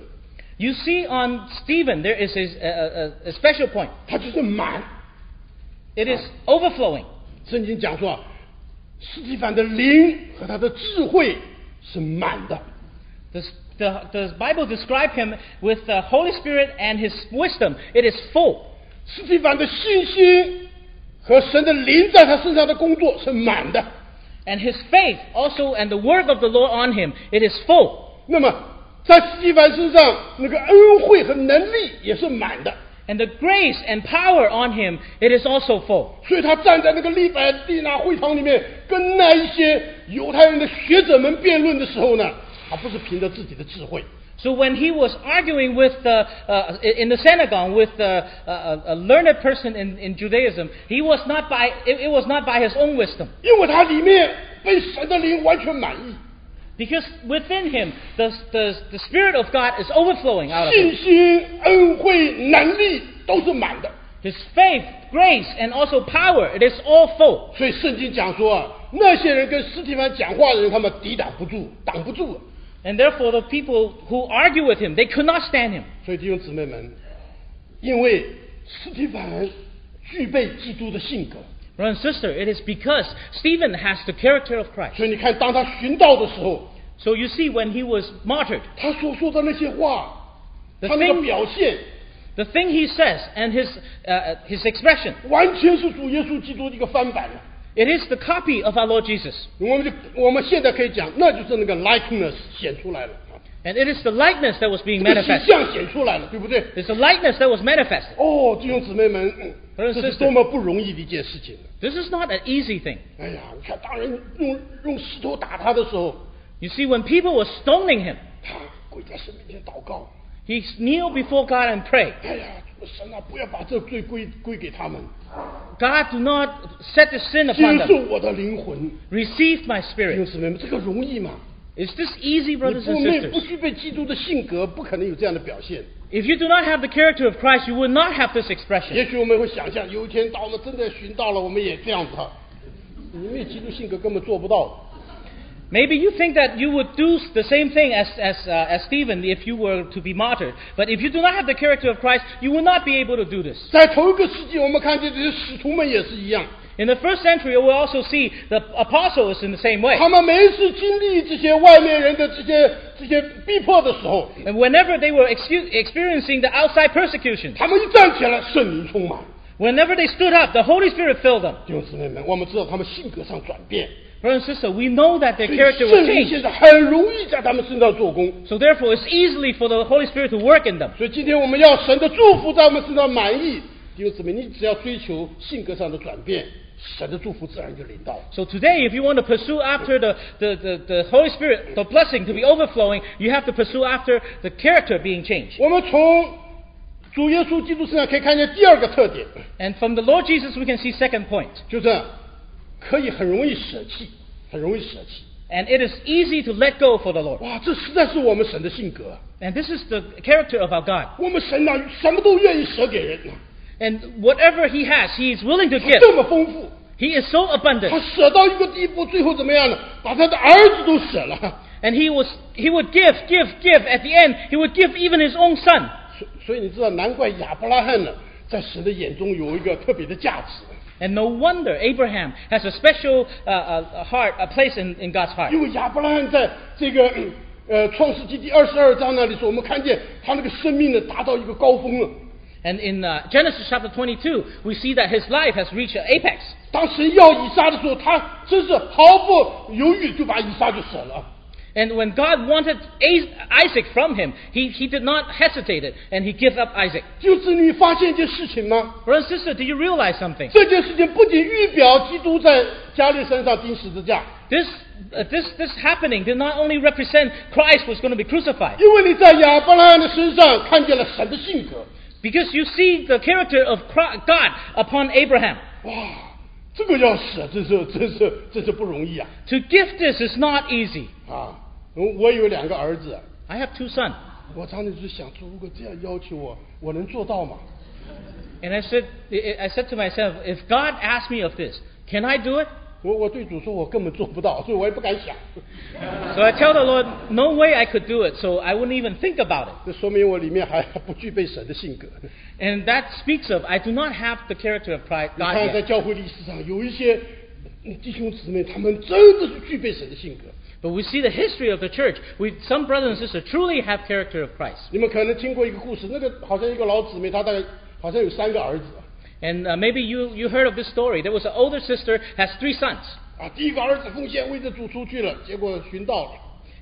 Speaker 3: you see on Stephen there is a, a- a- a special point.
Speaker 1: 他就是满。
Speaker 3: It is overflowing.
Speaker 1: 圣经讲说啊，斯提凡的灵和他的智慧是满的。
Speaker 3: The, the, the Bible describes him with the Holy Spirit and his wisdom. It is full.
Speaker 1: 斯蒂凡的信心和神的灵在他身上的工作是满的。
Speaker 3: And his faith also and the work of the Lord on him, it is full.
Speaker 1: 那么，在斯蒂凡身上那个恩惠和能力也是满的，
Speaker 3: And the grace and power on him, it is also full.
Speaker 1: 所以他站在那个利百利纳会堂里面，跟那一些犹太人的学者们辩论的时候呢，他不是凭着自己的智慧，
Speaker 3: So when he was arguing with the, uh, in the synagogue with the, uh, a learned person in, in Judaism, he was not by, it, it was not by his own wisdom.
Speaker 1: 因为他里面被神的灵完全满意，
Speaker 3: Because within him, the, the, the Spirit of God is overflowing out of him.
Speaker 1: 信心、恩惠、能力都是满的。
Speaker 3: His faith, grace, and also power, it is all full.
Speaker 1: 所以圣经讲说啊，那些人跟斯蒂凡讲话的人，他们抵挡不住，挡不住啊。
Speaker 3: And therefore, the people who argue with him, they could not stand him.
Speaker 1: 所以弟兄姊妹们，因为斯蒂凡具备基督的性格，
Speaker 3: Brother and sister, it is because Stephen has the character of Christ.
Speaker 1: 所以你看，当他寻道的时候，
Speaker 3: So you see, when he was martyred,
Speaker 1: 他所说的那些话，
Speaker 3: the
Speaker 1: 他那个
Speaker 3: thing,
Speaker 1: 表现，
Speaker 3: the thing he says and his, uh, his expression,
Speaker 1: 完全是主耶稣基督的一个翻版了。
Speaker 3: it is the copy of our Lord Jesus.
Speaker 1: 我们就我们现在可以讲，那就是那个 likeness 显出来了啊。
Speaker 3: And it is the likeness that was being
Speaker 1: 这个形
Speaker 3: manifested.
Speaker 1: 象显出来了，对不对？
Speaker 3: It's the likeness that was manifested.
Speaker 1: 哦，弟兄姊妹们，嗯
Speaker 3: Brothers and
Speaker 1: 这是
Speaker 3: sisters
Speaker 1: 多么不容易的一件事情！
Speaker 3: This is not an easy thing.
Speaker 1: 哎呀，你看，当人用用石头打他的时候，
Speaker 3: You see, when people were stoning him,
Speaker 1: 他跪在神面前祷告，
Speaker 3: he kneeled before God and prayed,
Speaker 1: 哎呀，神啊，不要把这罪归归给他们，
Speaker 3: God, do not set this sin
Speaker 1: 接
Speaker 3: upon
Speaker 1: 受
Speaker 3: them.
Speaker 1: 我的灵魂。
Speaker 3: Receive my
Speaker 1: 弟兄
Speaker 3: spirit.
Speaker 1: 姊妹们，这个容易吗？
Speaker 3: Is this easy,
Speaker 1: 你
Speaker 3: brothers
Speaker 1: 不
Speaker 3: and
Speaker 1: 没不
Speaker 3: sisters?
Speaker 1: 具备基督的性格，不可能有这样的表现。
Speaker 3: If you do not have the character of Christ, you will not have this
Speaker 1: 也
Speaker 3: expression.
Speaker 1: 许我们会想象，有一天当我们真的寻到了，我们也这样子啊。你没有基督性格，根本做不到。
Speaker 3: Maybe you think that you would do the same thing as, as, uh, as Stephen if you were to be martyred. But if you do not have the character of Christ, you will not be able to do this.
Speaker 1: 在同一个世纪，我们看见这些使徒们也是一样，
Speaker 3: In the first century, we also see the apostles in the same way.
Speaker 1: 他们每一次经历这些外面人的这些这些逼迫的时候，
Speaker 3: And whenever they were excu- experiencing the outside persecution,
Speaker 1: 他们一站起来，圣灵充满。
Speaker 3: whenever they stood up, the Holy Spirit filled them.
Speaker 1: 弟兄姊妹们，我们知道他们性格上转变，
Speaker 3: Brother and sister, we know that their
Speaker 1: 所以
Speaker 3: character
Speaker 1: 圣
Speaker 3: was
Speaker 1: 灵现
Speaker 3: changed.
Speaker 1: 在很容易在他们身上做工。
Speaker 3: So therefore, it's easily for the Holy Spirit to work in them.
Speaker 1: 所以今天我们要神的祝福在我们身上满意。弟兄姊妹，你只要追求性格上的转变，神的祝福自然就临到了。
Speaker 3: So today, if you want to pursue after the, the, the, the Holy Spirit, the blessing to be overflowing, you have to pursue after the character being changed.
Speaker 1: 我们从主耶稣基督身上可以看见第二个特点，
Speaker 3: And from the Lord Jesus, we can see second point.
Speaker 1: 就是啊可以很容易舍弃，很容易舍弃。
Speaker 3: And it is easy to let go for the Lord.
Speaker 1: 哇，这实在是我们神的性格啊！
Speaker 3: And this is the character of our God.
Speaker 1: 我们神呐、什么都愿意舍给人、啊，
Speaker 3: And whatever He has, He is willing to
Speaker 1: 他
Speaker 3: give.
Speaker 1: 这么丰富，
Speaker 3: He is so
Speaker 1: 他
Speaker 3: abundant.
Speaker 1: 舍到一个地步，最后怎么样呢？把他的儿子都舍了。
Speaker 3: And he was he would give, give, give. At the end, he would give even his own son.
Speaker 1: 所所以你知道，难怪亚伯拉罕呢，在神的眼中有一个特别的价值，
Speaker 3: And no wonder Abraham has a special uh, uh, heart, a place in, in God's heart.
Speaker 1: 因为亚伯拉罕在这个嗯呃创世纪第二十二章那里说，我们看见他那个生命呢达到一个高峰了。
Speaker 3: And in uh, Genesis chapter 22, we see that his life has reached an apex.
Speaker 1: 当神要以撒的时候，他真是毫不犹豫就把以撒就舍了。
Speaker 3: And when God wanted A- Isaac from him, he, he did not hesitate it, and he gave up Isaac.
Speaker 1: 就是你发现一件事情吗？
Speaker 3: Brother and sister, do you realize something?
Speaker 1: 这件事情不仅预表基督在加略山上钉十字架，
Speaker 3: This, uh, this, this happening did not only represent Christ was going to be crucified,
Speaker 1: 因为你在亚伯拉罕的身上看见了神的性格。
Speaker 3: because you see the character of Chri- God upon Abraham.
Speaker 1: 哇，这个要舍，真是真是真是不容易啊！
Speaker 3: To give this is not easy.
Speaker 1: 啊，我我有两个儿子，
Speaker 3: I have two sons.
Speaker 1: 我常常就想，说如果这样要求我，我能做到吗？
Speaker 3: And I said, eh, I I said to myself, if God asked me of this, can I do it?
Speaker 1: 我我对主说，我根本做不到，所以我也不敢想。
Speaker 3: So I tell the Lord, no way I could do it, so I wouldn't even think about it.
Speaker 1: 这说明我里面还还不具备神的性格。
Speaker 3: And that speaks of, I do not have the character of Christ,
Speaker 1: 你
Speaker 3: God
Speaker 1: 看，在
Speaker 3: yet.
Speaker 1: 教会历史上，有一些嗯弟兄姊妹，他们真的是具备神的性格。
Speaker 3: But we see the history of the church. We, some brothers and sisters truly have character of Christ.
Speaker 1: 你们可能听过一个故事，那个好像一个老姊妹，她大概好像有三个儿子
Speaker 3: And uh, maybe you, you heard of this story. There was an older sister has three sons.
Speaker 1: 啊。第一个儿子奉献为着主出去了，结果寻到了。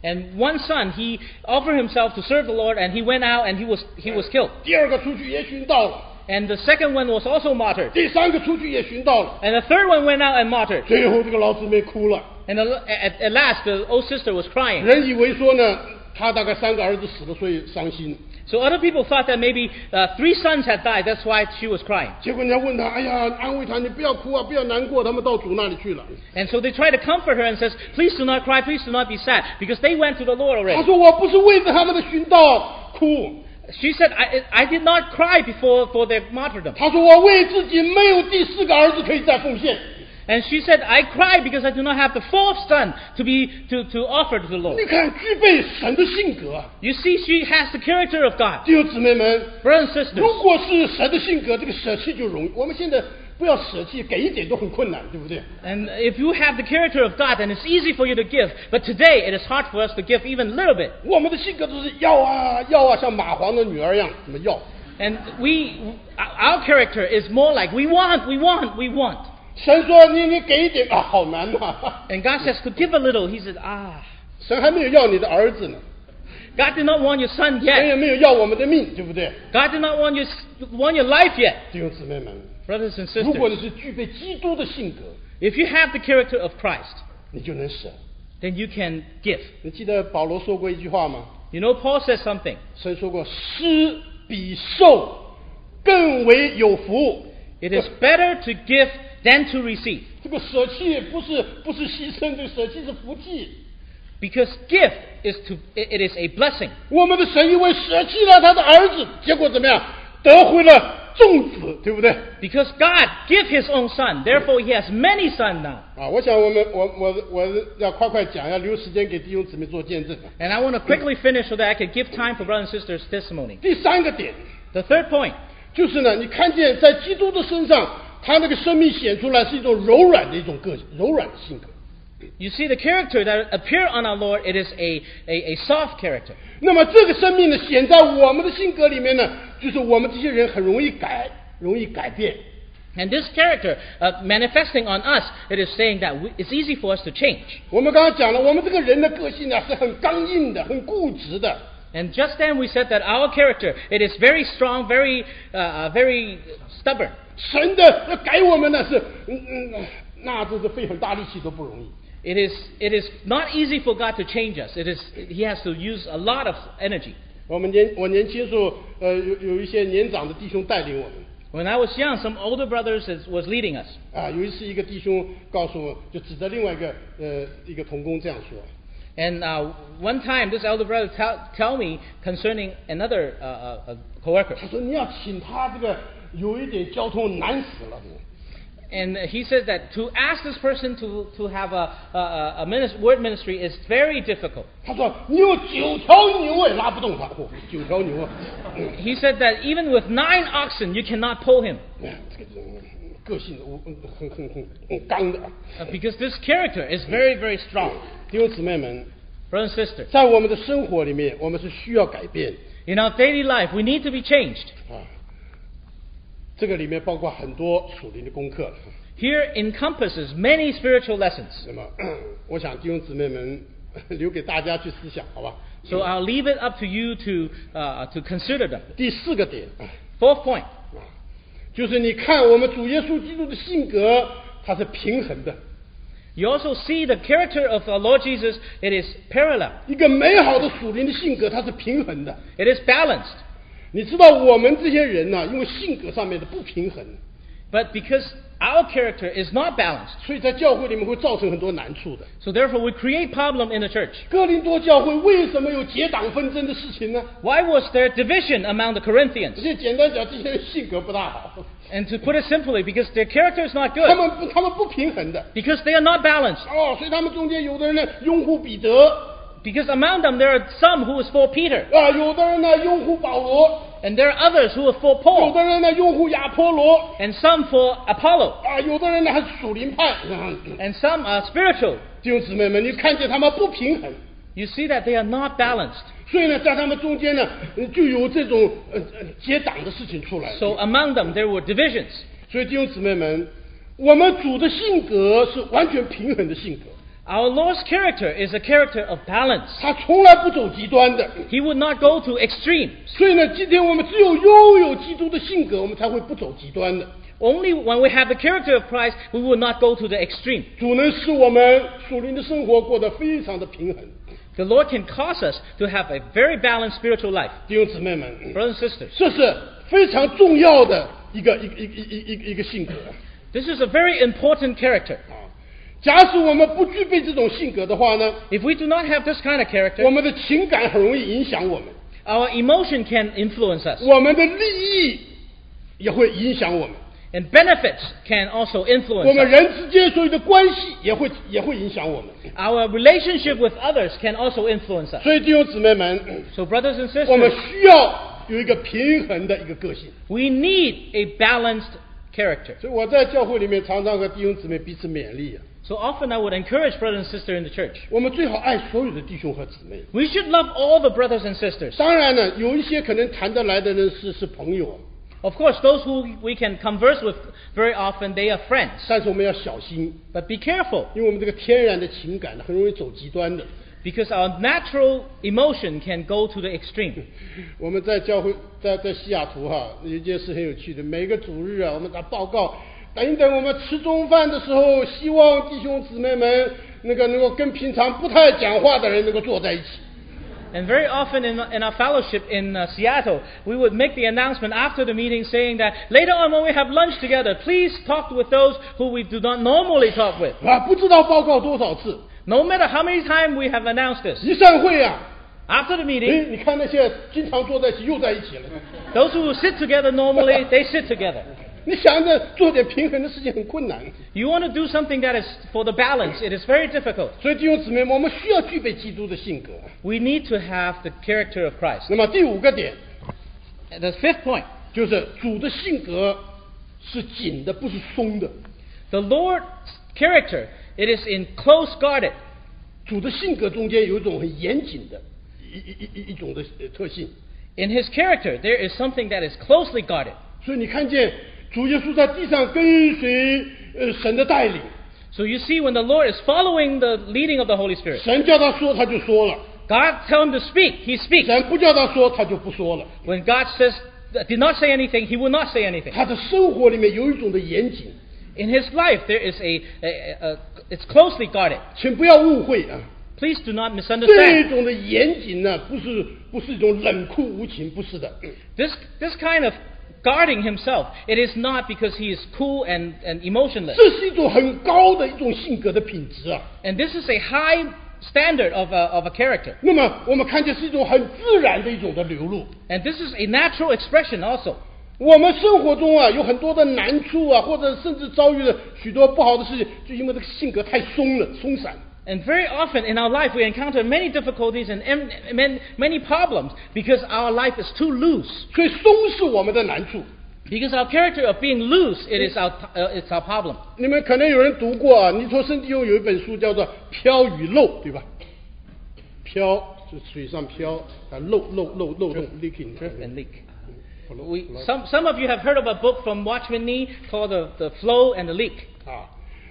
Speaker 3: And one son, he offered himself to serve the Lord, and he went out and he was, he was killed.
Speaker 1: 第二个出去也寻到了，
Speaker 3: And the second one was also martyred.
Speaker 1: 第三个出去也寻到了，
Speaker 3: And the third one went out and martyred.
Speaker 1: 最后这个老姊妹哭了，
Speaker 3: And at, at, at last, the old sister was crying.
Speaker 1: 人以为说呢，她大概三个儿子死了，所以伤心。
Speaker 3: So other people thought that maybe uh, three sons had died. That's why she was crying.
Speaker 1: 结果人家问她，哎呀，安慰她，你不要哭啊，不要难过，他们到主那里去了。
Speaker 3: And so they tried to comfort her and says, "Please do not cry. Please do not be sad, because they went to the Lord
Speaker 1: 她
Speaker 3: already."
Speaker 1: 说我不是为着他们的寻道哭，
Speaker 3: She said, "I, I did not cry before for their martyrdom."
Speaker 1: 她说我为自己没有第四个儿子可以再奉献。
Speaker 3: And she said, "I cry because I do not have the fourth son to be to, to offer to the
Speaker 1: 你
Speaker 3: Lord."
Speaker 1: 看，具备神的性格啊，
Speaker 3: You see, she has the character of God,
Speaker 1: 弟兄姊妹们，
Speaker 3: brothers and sisters.
Speaker 1: 如果是神的性格，这个舍弃就容易。我们现在不要舍弃，给一点都很困难，对不对？
Speaker 3: And if you have the character of God, then it's easy for you to give. But today, it is hard for us to give even a little bit.
Speaker 1: 我们的性格都是要啊要啊，像蚂蟥的女儿一样，怎么要？
Speaker 3: And we, our character is more like we want, we want, we want.
Speaker 1: 神说你你给一点啊，好难呐、
Speaker 3: And God says to give a little. He says, ah.
Speaker 1: 神还没有要你的儿子呢，
Speaker 3: God did not want your son
Speaker 1: 神也
Speaker 3: yet.
Speaker 1: 没有要我们的命，对不对，
Speaker 3: God did not want your, want your life yet.
Speaker 1: 弟兄姊妹们？
Speaker 3: Brothers and
Speaker 1: 如果你
Speaker 3: sisters,
Speaker 1: 是具备基督的性格，
Speaker 3: if you have the character of Christ,
Speaker 1: 你就能舍。
Speaker 3: then you can give.
Speaker 1: 你记得保罗说过一句话吗？
Speaker 3: You know, Paul says something.
Speaker 1: 神说过：“施比受更为有福。
Speaker 3: It is better to give than to receive. ”
Speaker 1: 这个舍弃不是不是牺牲，这个舍弃是福气。
Speaker 3: Because gift is to it is a blessing.
Speaker 1: 我们的神因为舍弃了他的儿子，结果怎么样？得回了众子，对不对？
Speaker 3: Because God gave his own son, therefore he has many sons now.
Speaker 1: 啊，我想我们我我我要快快讲，要留时间给弟兄姊妹做见证。
Speaker 3: And I want to quickly finish so that I can give time for brothers and sisters' testimony.
Speaker 1: 第三个点
Speaker 3: The third point
Speaker 1: 就是呢，你看见在基督的身上，他那个生命显出来是一种柔软的一种个柔软的性格。
Speaker 3: You see, the character that appear on our Lord, it is a, a, a soft character.
Speaker 1: 那么这个生命呢，显在我们的性格里面呢，就是我们这些人很容易改，容易改变。
Speaker 3: And this character uh, manifesting on us, it is saying that we, it's easy for us to change.
Speaker 1: 我们刚刚讲了，我们这个人的个性呢是很刚硬的，很固执的。
Speaker 3: And just then we said that our character, it is very strong, very, uh, uh, very stubborn.
Speaker 1: 神的要改我们呢是，嗯嗯，那真是费很大力气都不容易。
Speaker 3: It is, it is not easy for God to change us. It is, he has to use a lot of energy.
Speaker 1: 我们年我年轻时候，呃，有有一些年长的弟兄带领我们，
Speaker 3: When I was young, some older brothers is, was leading us.
Speaker 1: 啊，有一次一个弟兄告诉我，就指着另外一个呃一个童工这样说，
Speaker 3: And uh, one time, this elder brother tell, tell me concerning another uh, uh, uh, coworker.
Speaker 1: 他说你要请他这个有一点交通难死了。
Speaker 3: And he says that to ask this person to, to have a, a, a minis- word ministry is very difficult.
Speaker 1: 他说你有九条牛也拉不动他，哦、九条牛啊，嗯
Speaker 3: He said that even with nine oxen, you cannot pull him
Speaker 1: 哎这个人个性我嗯很很很很刚的。啊
Speaker 3: uh, because this character is very, very strong.
Speaker 1: 弟兄姊妹们，
Speaker 3: Brothers and sisters,
Speaker 1: 在我们的生活里面，我们是需要改变
Speaker 3: in our daily life, we need to be changed.
Speaker 1: 啊。这个里面包括很多属灵的功课。
Speaker 3: Here encompasses many spiritual lessons.
Speaker 1: 那么， 我想弟兄姊妹们留给大家去思想，好吧？
Speaker 3: So I'll leave it up to you to, uh, to consider them.
Speaker 1: 第四个点啊，
Speaker 3: Fourth point
Speaker 1: 就是你看我们主耶稣基督的性格，它是平衡的。
Speaker 3: you also see the character of our Lord Jesus, it is parallel,
Speaker 1: 一个美好的属灵的性格，它是平衡的。
Speaker 3: it is balanced.
Speaker 1: 你知道我们这些人呢、因为性格上面的不平衡，
Speaker 3: But because our character is not balanced,
Speaker 1: 所以在教会里面会造成很多难处的。
Speaker 3: so therefore we create problem in the church.
Speaker 1: 哥林多教会为什么有结党纷争的事情呢？
Speaker 3: Why was there division among the
Speaker 1: 这
Speaker 3: Corinthians?
Speaker 1: 些简单讲，这些人性格不大好，
Speaker 3: And to put it simply, because their character is not
Speaker 1: 他
Speaker 3: good,
Speaker 1: 们不，他们不平衡的。
Speaker 3: because they are not balanced.
Speaker 1: 哦，所以他们中间有的人呢拥护彼得，
Speaker 3: Because among them there are some who is for Peter,
Speaker 1: 啊，有的人呢拥护保罗，
Speaker 3: and there are others who are for
Speaker 1: 有
Speaker 3: Paul,
Speaker 1: 的人呢拥护亚波罗，
Speaker 3: and some for Apollo,
Speaker 1: 啊，有的人呢还是属灵派。
Speaker 3: and some are spiritual.
Speaker 1: 弟兄姊妹们，你看见他们不平衡，
Speaker 3: You see that they are not balanced.
Speaker 1: 所以呢，在他们中间呢，呃就有这种呃呃结党的事情出来。
Speaker 3: So uh， among them there were divisions.
Speaker 1: 所以弟兄姊妹们，我们主的性格是完全平衡的性格，
Speaker 3: Our Lord's character is a character of balance.
Speaker 1: 他从来不走极端的。
Speaker 3: He would not go to extremes.
Speaker 1: 所以呢，今天我们只有拥有基督的性格，我们才会不走极端的。
Speaker 3: Only when we have the character of Christ, we will not go to the extreme.
Speaker 1: 主能使我们属灵的生活过得非常的平衡。
Speaker 3: The Lord can cause us to have a very balanced spiritual life.
Speaker 1: 弟兄姊妹们，
Speaker 3: Brothers and sisters,
Speaker 1: 这是非常重要的一个一个一个一个一个一个性格
Speaker 3: this is a very important character.
Speaker 1: 啊。假使我们不具备这种性格的话呢，
Speaker 3: If we do not have this kind of
Speaker 1: 我
Speaker 3: character,
Speaker 1: 们的情感很容易影响我们，
Speaker 3: our emotion can influence us,
Speaker 1: 我们的利益也会影响我们，
Speaker 3: and benefits can also
Speaker 1: 我
Speaker 3: influence
Speaker 1: 们
Speaker 3: us.
Speaker 1: 人之间所有的关系也会也会影响我们。
Speaker 3: Our relationship with others can also influence us.
Speaker 1: 所以弟兄姊妹们，
Speaker 3: So, brothers and
Speaker 1: 我们
Speaker 3: sisters,
Speaker 1: 需要有一个平衡的一个个性。
Speaker 3: we need a balanced character.
Speaker 1: 所以我在教会里面常常和弟兄姊妹彼此勉励、啊，
Speaker 3: So often, I would encourage brothers and sisters in the church.
Speaker 1: 我们最好爱所有的弟兄和姊妹。
Speaker 3: We should love all the brothers and sisters.
Speaker 1: 当然呢，有一些可能谈得来的人是是朋友，啊
Speaker 3: Of course, those who we can converse with very often, they are friends.
Speaker 1: 但是我们要小心，
Speaker 3: But be careful
Speaker 1: 因为我们这个天然的情感呢很容易走极端的。
Speaker 3: because our natural emotion can go to the extreme.
Speaker 1: 我们在教会，在在西雅图哈，有一件事很有趣的。每个主日啊，我们打报告，等一等，我们吃中饭的时候，希望弟兄姊妹们那个能够跟平常不太讲话的人能够坐在一起。
Speaker 3: And very often in, in our fellowship in uh, Seattle, we would make the announcement after the meeting saying that later on when we have lunch together, please talk with those who we do not normally talk with.
Speaker 1: 啊，不知道报告多少次，
Speaker 3: No matter how many times we have announced this,
Speaker 1: 一散会啊，
Speaker 3: after the
Speaker 1: 哎
Speaker 3: meeting,，
Speaker 1: 你看那些经常坐在一起又在一起了。
Speaker 3: those who sit together normally, they sit together.
Speaker 1: 你想着做点平衡的事情很困难，
Speaker 3: You want to do something that is for the balance, it is very difficult.
Speaker 1: 所以弟兄姊妹们，我们需要具备基督的性格。
Speaker 3: We need to have the character of Christ.
Speaker 1: 那么第五个点
Speaker 3: And the fifth point
Speaker 1: 就是主的性格是紧的，不是松的。
Speaker 3: the Lord's character, it is in close guarded.
Speaker 1: 主的性格中间有一种很严谨的一一一一一种的呃特性，
Speaker 3: In his character, there is something that is closely guarded.
Speaker 1: 所以你看见主耶稣在地上跟随呃神的带领，
Speaker 3: So you see, when the Lord is following the leading of the Holy Spirit,
Speaker 1: 神叫他说他就说了，
Speaker 3: God tell him to speak, he speaks.
Speaker 1: 神不叫他说他就不说了。
Speaker 3: When God says, did not say anything, he will not say anything.
Speaker 1: 他的生活里面有一种的严谨，
Speaker 3: In his life, there is a, a, a, a it's closely guarded.
Speaker 1: 请不要误会啊，
Speaker 3: Please do not
Speaker 1: 这
Speaker 3: misunderstand.
Speaker 1: 种的严谨呢、不是不是一种冷酷无情，不是的。
Speaker 3: This, this kind of guarding himself, it is not because he is cool and, and emotionless.
Speaker 1: 这是一种很高的一种性格的品质啊。
Speaker 3: And this is a high standard of a, of a character.
Speaker 1: 那么我们看见是一种很自然的一种的流露。
Speaker 3: And this is a natural expression also.
Speaker 1: 我们生活中啊有很多的难处啊，或者甚至遭遇了许多不好的事情，就因为这个性格太松了、松散。
Speaker 3: And very often in our life, we encounter many difficulties and em- men- many problems because our life is too loose.
Speaker 1: 所以松是我们的难处。
Speaker 3: Because our character of being loose, it is our, uh, it's our problem.
Speaker 1: 你们可能有人读过啊，尼托圣弟兄有一本书叫做《飘与漏》，对吧？飘就水上漂啊，漏漏漏漏洞 leaking
Speaker 3: And leak.
Speaker 1: 不漏
Speaker 3: We,
Speaker 1: 不漏
Speaker 3: some, some of you have heard of a book from Watchman Nee called the, the Flow and the Leak.
Speaker 1: 啊。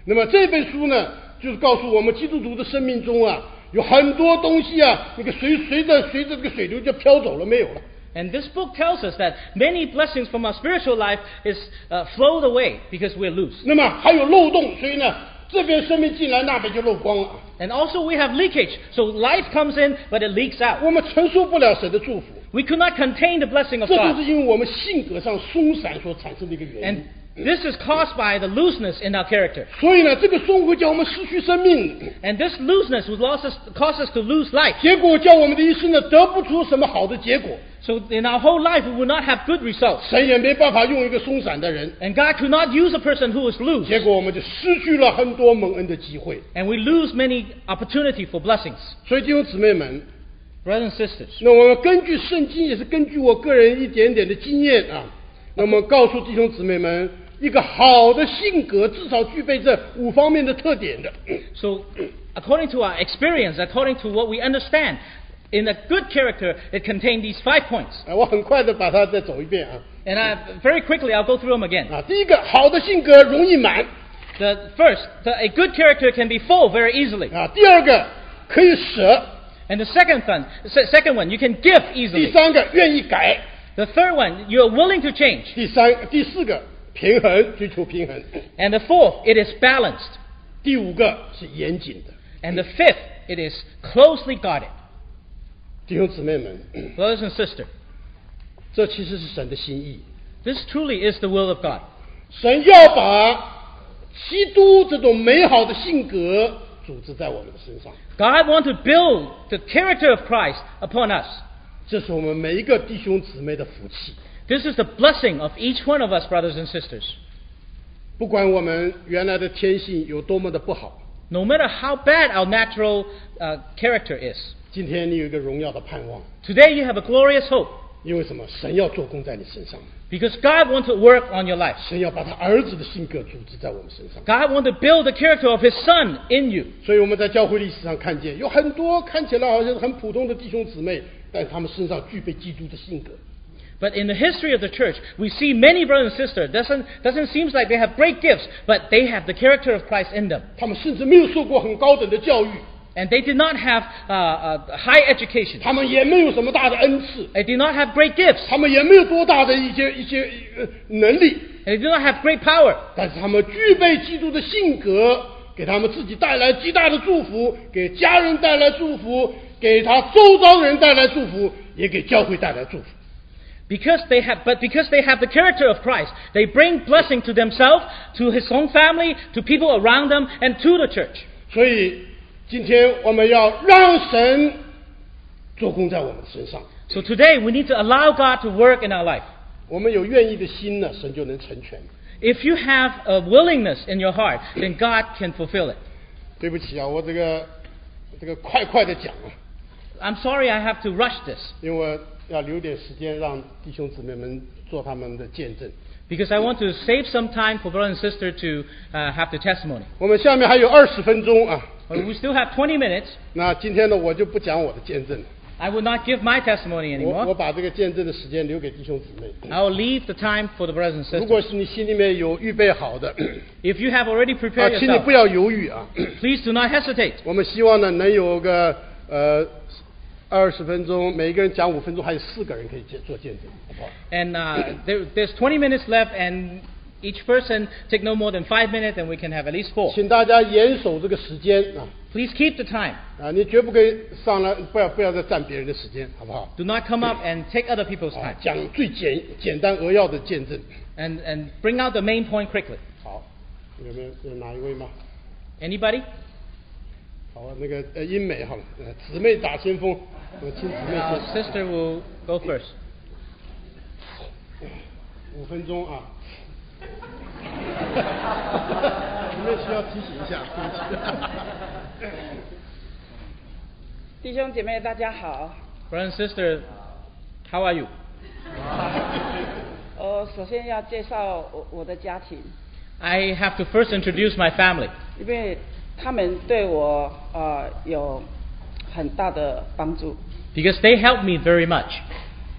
Speaker 1: 那么这本书呢，就是告诉我们基督徒的生命中啊，有很多东西啊，那个随随着随着这个水流就飘走了，没有了。
Speaker 3: And this book tells us that many blessings from our spiritual life is uh, flowed away because we're loose.
Speaker 1: 那么还有漏洞，所以呢，这边生命进来，那边就漏光了。
Speaker 3: And also we have leakage. So life comes in, but it leaks out.
Speaker 1: 我们承受不了神的祝福，
Speaker 3: We could not contain the blessing of
Speaker 1: 这就是
Speaker 3: God.
Speaker 1: 因为我们性格上松散所产生的一个原因
Speaker 3: And。this is caused by the looseness in our character.
Speaker 1: 所以呢，这个松会叫我们失去生命，
Speaker 3: And this looseness would lost us, cause us to lose life.
Speaker 1: 结果叫我们的一生呢得不出什么好的结果。
Speaker 3: So in our whole life, we will not have good results.
Speaker 1: 神也没办法用一个松散的人，
Speaker 3: And God could not use a person who is loose.
Speaker 1: 结果我们就失去了很多蒙恩的机会。
Speaker 3: And we lose many opportunity for blessings.
Speaker 1: 所以弟兄姊妹们，
Speaker 3: Brothers and sisters,
Speaker 1: 那我们根据圣经，也是根据我个人一点点的经验啊，那么告诉弟兄姊妹们，一个好的性格至少具备这五方面的特点的。
Speaker 3: so according to our experience, according to what we understand, in a good character, it contains these five points.
Speaker 1: 啊，我很快的把它再走一遍啊
Speaker 3: And I, very quickly, I'll go through them again.
Speaker 1: 啊，第一个，好的性格容易满
Speaker 3: The first, the, a good character can be full very easily.
Speaker 1: 啊，第二个可以舍，
Speaker 3: And the second one, se- second one, you can give
Speaker 1: 第
Speaker 3: easily.
Speaker 1: 三个愿意改，
Speaker 3: The third one, you're willing to change.
Speaker 1: 第三第四个平衡，追求平衡，
Speaker 3: And the fourth, it is balanced.
Speaker 1: 第五个是严谨的。
Speaker 3: And the fifth, it is closely guarded.
Speaker 1: 弟兄姊妹们，
Speaker 3: Brothers and sisters,
Speaker 1: 这其实是神的心意，
Speaker 3: this truly is the will of God.
Speaker 1: 神要把基督这种美好的性格组织在我们的身上，
Speaker 3: God wants to build the character of Christ upon us.
Speaker 1: 这是我们每一个弟兄姊妹的福气。
Speaker 3: This is the blessing of each one of us, brothers and sisters.
Speaker 1: 不管我们原来的天性有多么的不好，
Speaker 3: No matter how bad our natural uh, character is,
Speaker 1: 今天你有一个荣耀的盼望。
Speaker 3: today you have a glorious hope
Speaker 1: 因为什么？神要做工在你身上，
Speaker 3: because God wants to work on your life.
Speaker 1: 神要把他儿子的性格组织在我们身上。
Speaker 3: God wants to build the character of His Son in you.
Speaker 1: 所以我们在教会历史上看见，有很多看起来好像是很普通的弟兄姊妹，但他们身上具备基督的性格。
Speaker 3: But in the history of the church, we see many brothers and sisters. Doesn't doesn't seem like they have great gifts, but they have the character of Christ in them.
Speaker 1: 他们甚至没有受过很高等的教育，
Speaker 3: and they did not have uh, uh, high education.
Speaker 1: 他们也没有什么大的恩赐，
Speaker 3: They did not have great gifts.
Speaker 1: 他们也没有多大的一些一些呃能力，
Speaker 3: They did not have great power.
Speaker 1: 但是他们具备基督的性格，给他们自己带来极大的祝福，给家人带来祝福，给他周遭人带来祝福，也给教会带来祝福。
Speaker 3: Because they have, but because they have the character of Christ, they bring blessing to themselves, to his own family, to people around them, and to the church.
Speaker 1: 所以，今天我们要让神做工在我们身上，
Speaker 3: So today we need to allow God to work in our life.
Speaker 1: 我们有愿意的心呢，神就能成全。
Speaker 3: If you have a willingness in your heart, then God can fulfill it.
Speaker 1: 对不起啊，我这个这个快快的讲啊，
Speaker 3: I'm sorry I have to rush this
Speaker 1: 因为我要留点时间让弟兄姊妹们做他们的见证。
Speaker 3: because I want to save some time for brother and sister to uh, have the testimony.
Speaker 1: 我们下面还有二十分钟啊，
Speaker 3: But we still have 20 minutes.
Speaker 1: 那今天呢，我就不讲我的见证了，
Speaker 3: I will not give my testimony
Speaker 1: 我我
Speaker 3: anymore.
Speaker 1: 把这个见证的时间留给弟兄姊妹。
Speaker 3: I will leave the time for the brothers and
Speaker 1: 如果
Speaker 3: sisters.
Speaker 1: 是你心里面有预备好的，啊，
Speaker 3: If you have already prepared
Speaker 1: 请你不要
Speaker 3: yourself,
Speaker 1: 犹豫啊。
Speaker 3: please do not hesitate.
Speaker 1: 我们希望呢，能有个呃二十分钟，每个人讲五分钟，还有四个人可以见做见证，好不好？
Speaker 3: And uh, there, there's 20 minutes left, and each person take no more than five minutes, and we can have at least four.
Speaker 1: 请大家严守这个时间啊
Speaker 3: Please keep the time.
Speaker 1: 啊！你绝不可以上来，不要不要再占别人的时间，好不好？
Speaker 3: Do not come up and take other people's
Speaker 1: 啊
Speaker 3: time.，
Speaker 1: 讲最简简单扼要的见证。
Speaker 3: And, and bring out the main point quickly.
Speaker 1: 好，有没有有哪一位吗？
Speaker 3: Anybody?
Speaker 1: 好啊，那个呃，英美好了，呃姊妹打先锋，我请姊妹
Speaker 3: Uh,
Speaker 1: 先
Speaker 3: sister will go first.
Speaker 1: 五分钟 啊。你们需要提醒一下，对不起。
Speaker 4: 弟兄姐妹，大家好。
Speaker 3: Brother and sister, how are you?
Speaker 4: 我呃首先要介绍我我的家庭，
Speaker 3: I have to first introduce my family
Speaker 4: 因为他们对我呃有很大的帮助。
Speaker 3: because they help me very much.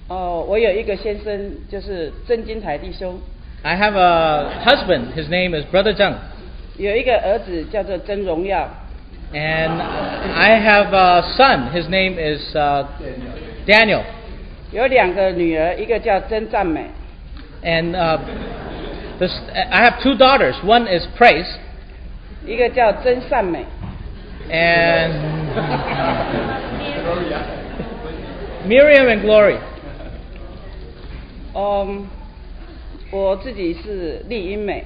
Speaker 4: 呃，我有一个先生，就是郑金台弟兄，
Speaker 3: I have a husband, his name is Brother Zhang,
Speaker 4: 有一个儿子叫做曾荣耀，
Speaker 3: and I have a son, his name is uh, Daniel,
Speaker 4: 有两个女儿，一个叫曾赞美，
Speaker 3: and uh, this, I have two daughters. One is Praise,
Speaker 4: 一个叫曾善美。
Speaker 3: and Miriam and Glory.
Speaker 4: 嗯，我自己是丽英美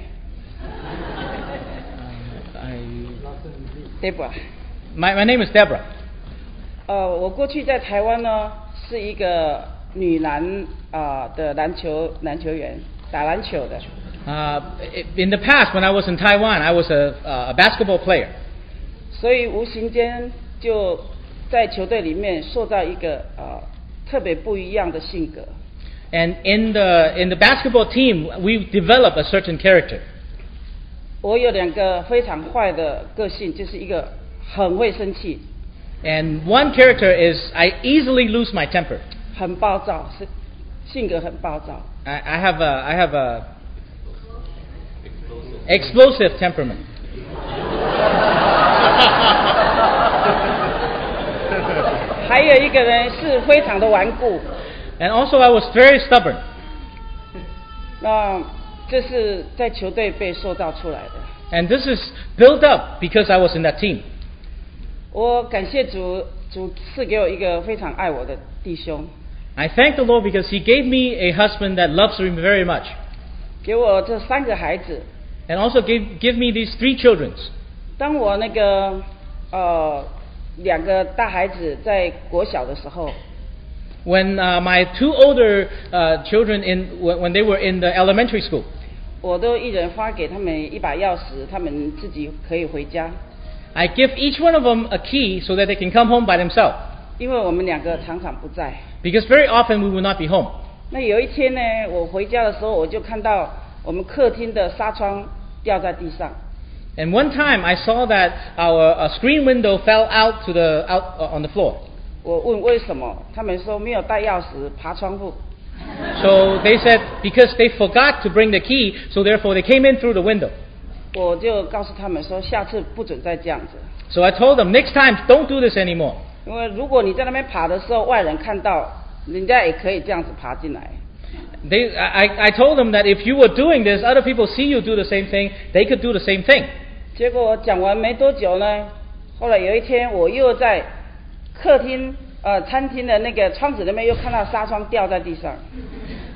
Speaker 3: I,
Speaker 4: d e b r a
Speaker 3: my, my name is Deborah.
Speaker 4: 呃，我过去在台湾呢是一个女篮啊、呃的篮球篮球员，打篮球的。
Speaker 3: Uh, in the past, when I was in Taiwan, I was a, a basketball player.
Speaker 4: 所以无形间就在球队里面塑造一个呃特别不一样的性格。
Speaker 3: And in the, in the basketball team, we developed a certain character.
Speaker 4: 我有两个非常坏的个性，就是一个很会生气、
Speaker 3: And one character is I easily lose my temper.
Speaker 4: 很暴躁，是性格很暴躁。
Speaker 3: I, I have a, I have a explosive temperament.
Speaker 4: 还有一个人是非常的顽固，
Speaker 3: And also, I was very stubborn.
Speaker 4: 那这是在球队被塑造出来的。
Speaker 3: And this is built up because I was in that team.
Speaker 4: 我感谢主，主赐给我一个非常爱我的弟兄，
Speaker 3: I thank the Lord because He gave me a husband that loves me very much,
Speaker 4: 给我这三个孩子。
Speaker 3: and also gave give me these three children.
Speaker 4: 当我那个呃两个大孩子在国小的时候，
Speaker 3: When uh, my two older uh, children in when when they were in the elementary school,
Speaker 4: 我都一人发给他们一把钥匙，他们自己可以回家，
Speaker 3: I give each one of them a key so that they can come home by themselves.
Speaker 4: 因为我们两个常常不在。
Speaker 3: Because very often we will not be home.
Speaker 4: 那有一天呢，我回家的时候，我就看到我们客厅的纱窗掉在地上，
Speaker 3: And one time I saw that our uh, screen window fell out to the out uh, on the floor.
Speaker 4: 我问为什么，他们说没有带钥匙爬窗户。
Speaker 3: So they said because they forgot to bring the key, so therefore they came in through the window.
Speaker 4: 我就告诉他们说，下次不准再这样子，
Speaker 3: So I told them, next time, don't do this anymore.
Speaker 4: 因为如果你在那边爬的时候，外人看到，人家也可以这样子爬进来。
Speaker 3: They, I, I- I told them that if you were doing this, other people see you do the same thing, they could do the same thing.
Speaker 4: 结果我讲完没多久呢，后来有一天我又在客厅呃餐厅的那个窗子那边又看到纱窗掉在地上，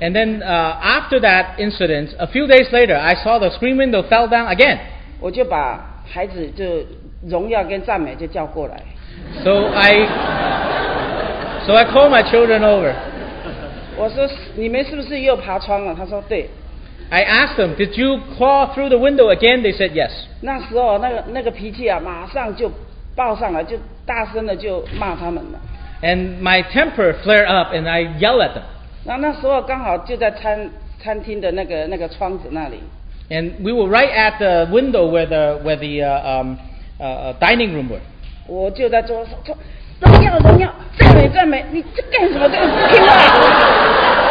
Speaker 3: And then uh, after that incident, a few days later, I saw the screen window fell down again.
Speaker 4: 我就把孩子就荣耀跟赞美就叫过来，
Speaker 3: So I, so I called my children over.
Speaker 4: 我说你们是不是又爬窗了？他说对。
Speaker 3: I asked them, did you claw through the window again? They said yes.
Speaker 4: 那时候那个那个脾气啊，马上就爆上来，就大声的就骂他们了。
Speaker 3: And my temper flared up and I yelled at them.
Speaker 4: 然后那时候刚好就在餐餐厅的那个那个窗子那里，
Speaker 3: And we were right at the window where the, where the uh, um, uh, uh, dining room were.
Speaker 4: 我就在桌上说：“荣耀荣耀，赞美赞美，你这干什么？这个不听话！”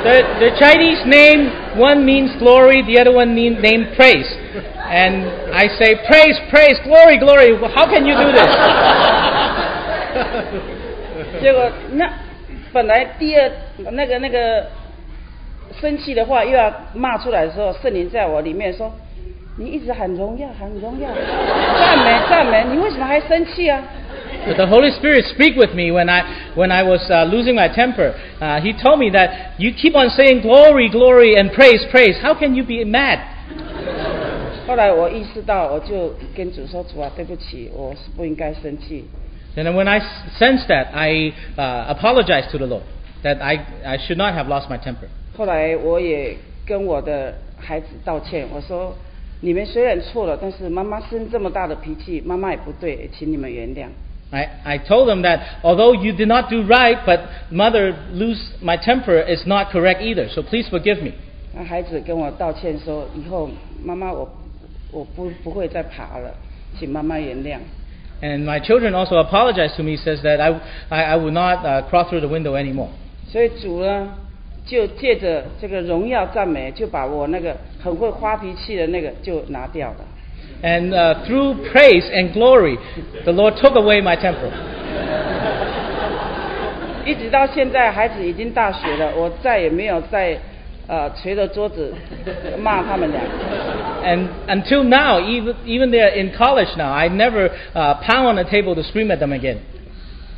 Speaker 3: The, the Chinese name, one means glory, the other one mean, name praise. And I say, praise, praise, glory, glory. How can you do this?
Speaker 4: 结果那本来第二那个那个生气的话又要骂出来的时候，圣灵在我里面说：“你一直喊荣耀，喊荣耀，赞美赞美，你为什么还生气啊？”
Speaker 3: But the Holy Spirit speak with me when I, when I was uh, losing my temper. Uh, he told me that you keep on saying glory, glory, and praise, praise. How can you be mad?
Speaker 4: 后来我意识到，我就跟主说：“主啊，对不起，我是不应该生气。
Speaker 3: And when I s- sensed that, I uh, apologized to the Lord that I, I should not have lost my temper. ”
Speaker 4: 后来我也跟我的孩子道歉，我说：“你们虽然错了，但是妈妈生这么大的脾气，妈妈也不对，请你们原谅。
Speaker 3: I, I told them that although you did not do right, but mother lose my temper is not correct either. So please forgive me. ”
Speaker 4: 那孩子跟我道歉说：“以后妈妈我我不不会再爬了，请妈妈原谅。
Speaker 3: And my children also apologized to me, says that I, I, I will not uh, cross through the window anymore. ”
Speaker 4: 所以主呢，就借着这个荣耀赞美，就把我那个很会发脾气的那个就拿掉了。
Speaker 3: And uh, through praise and glory, the Lord took away my temper.
Speaker 4: 一直到现在，孩子已经大学了，我再也没有再呃捶着桌子骂他们俩。
Speaker 3: And until now, even, even they're in college now, I never uh, pound on the table to scream at them again.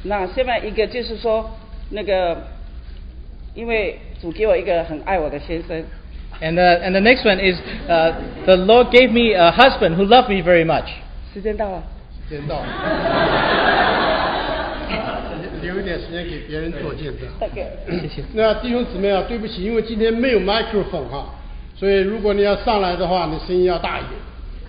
Speaker 4: 那现在一个就是说，那个因为主给我一个很爱我的先生，
Speaker 3: And, uh, and the next one is uh, the Lord gave me a husband who loved me very much.
Speaker 4: 时间到了，
Speaker 1: 时间到了，留一点时间给别人做见证。
Speaker 4: 那个
Speaker 1: 那弟兄姊妹啊，对不起，因为今天没有 microphone 哈、啊所以如果你要上来的话，你声音要大一点，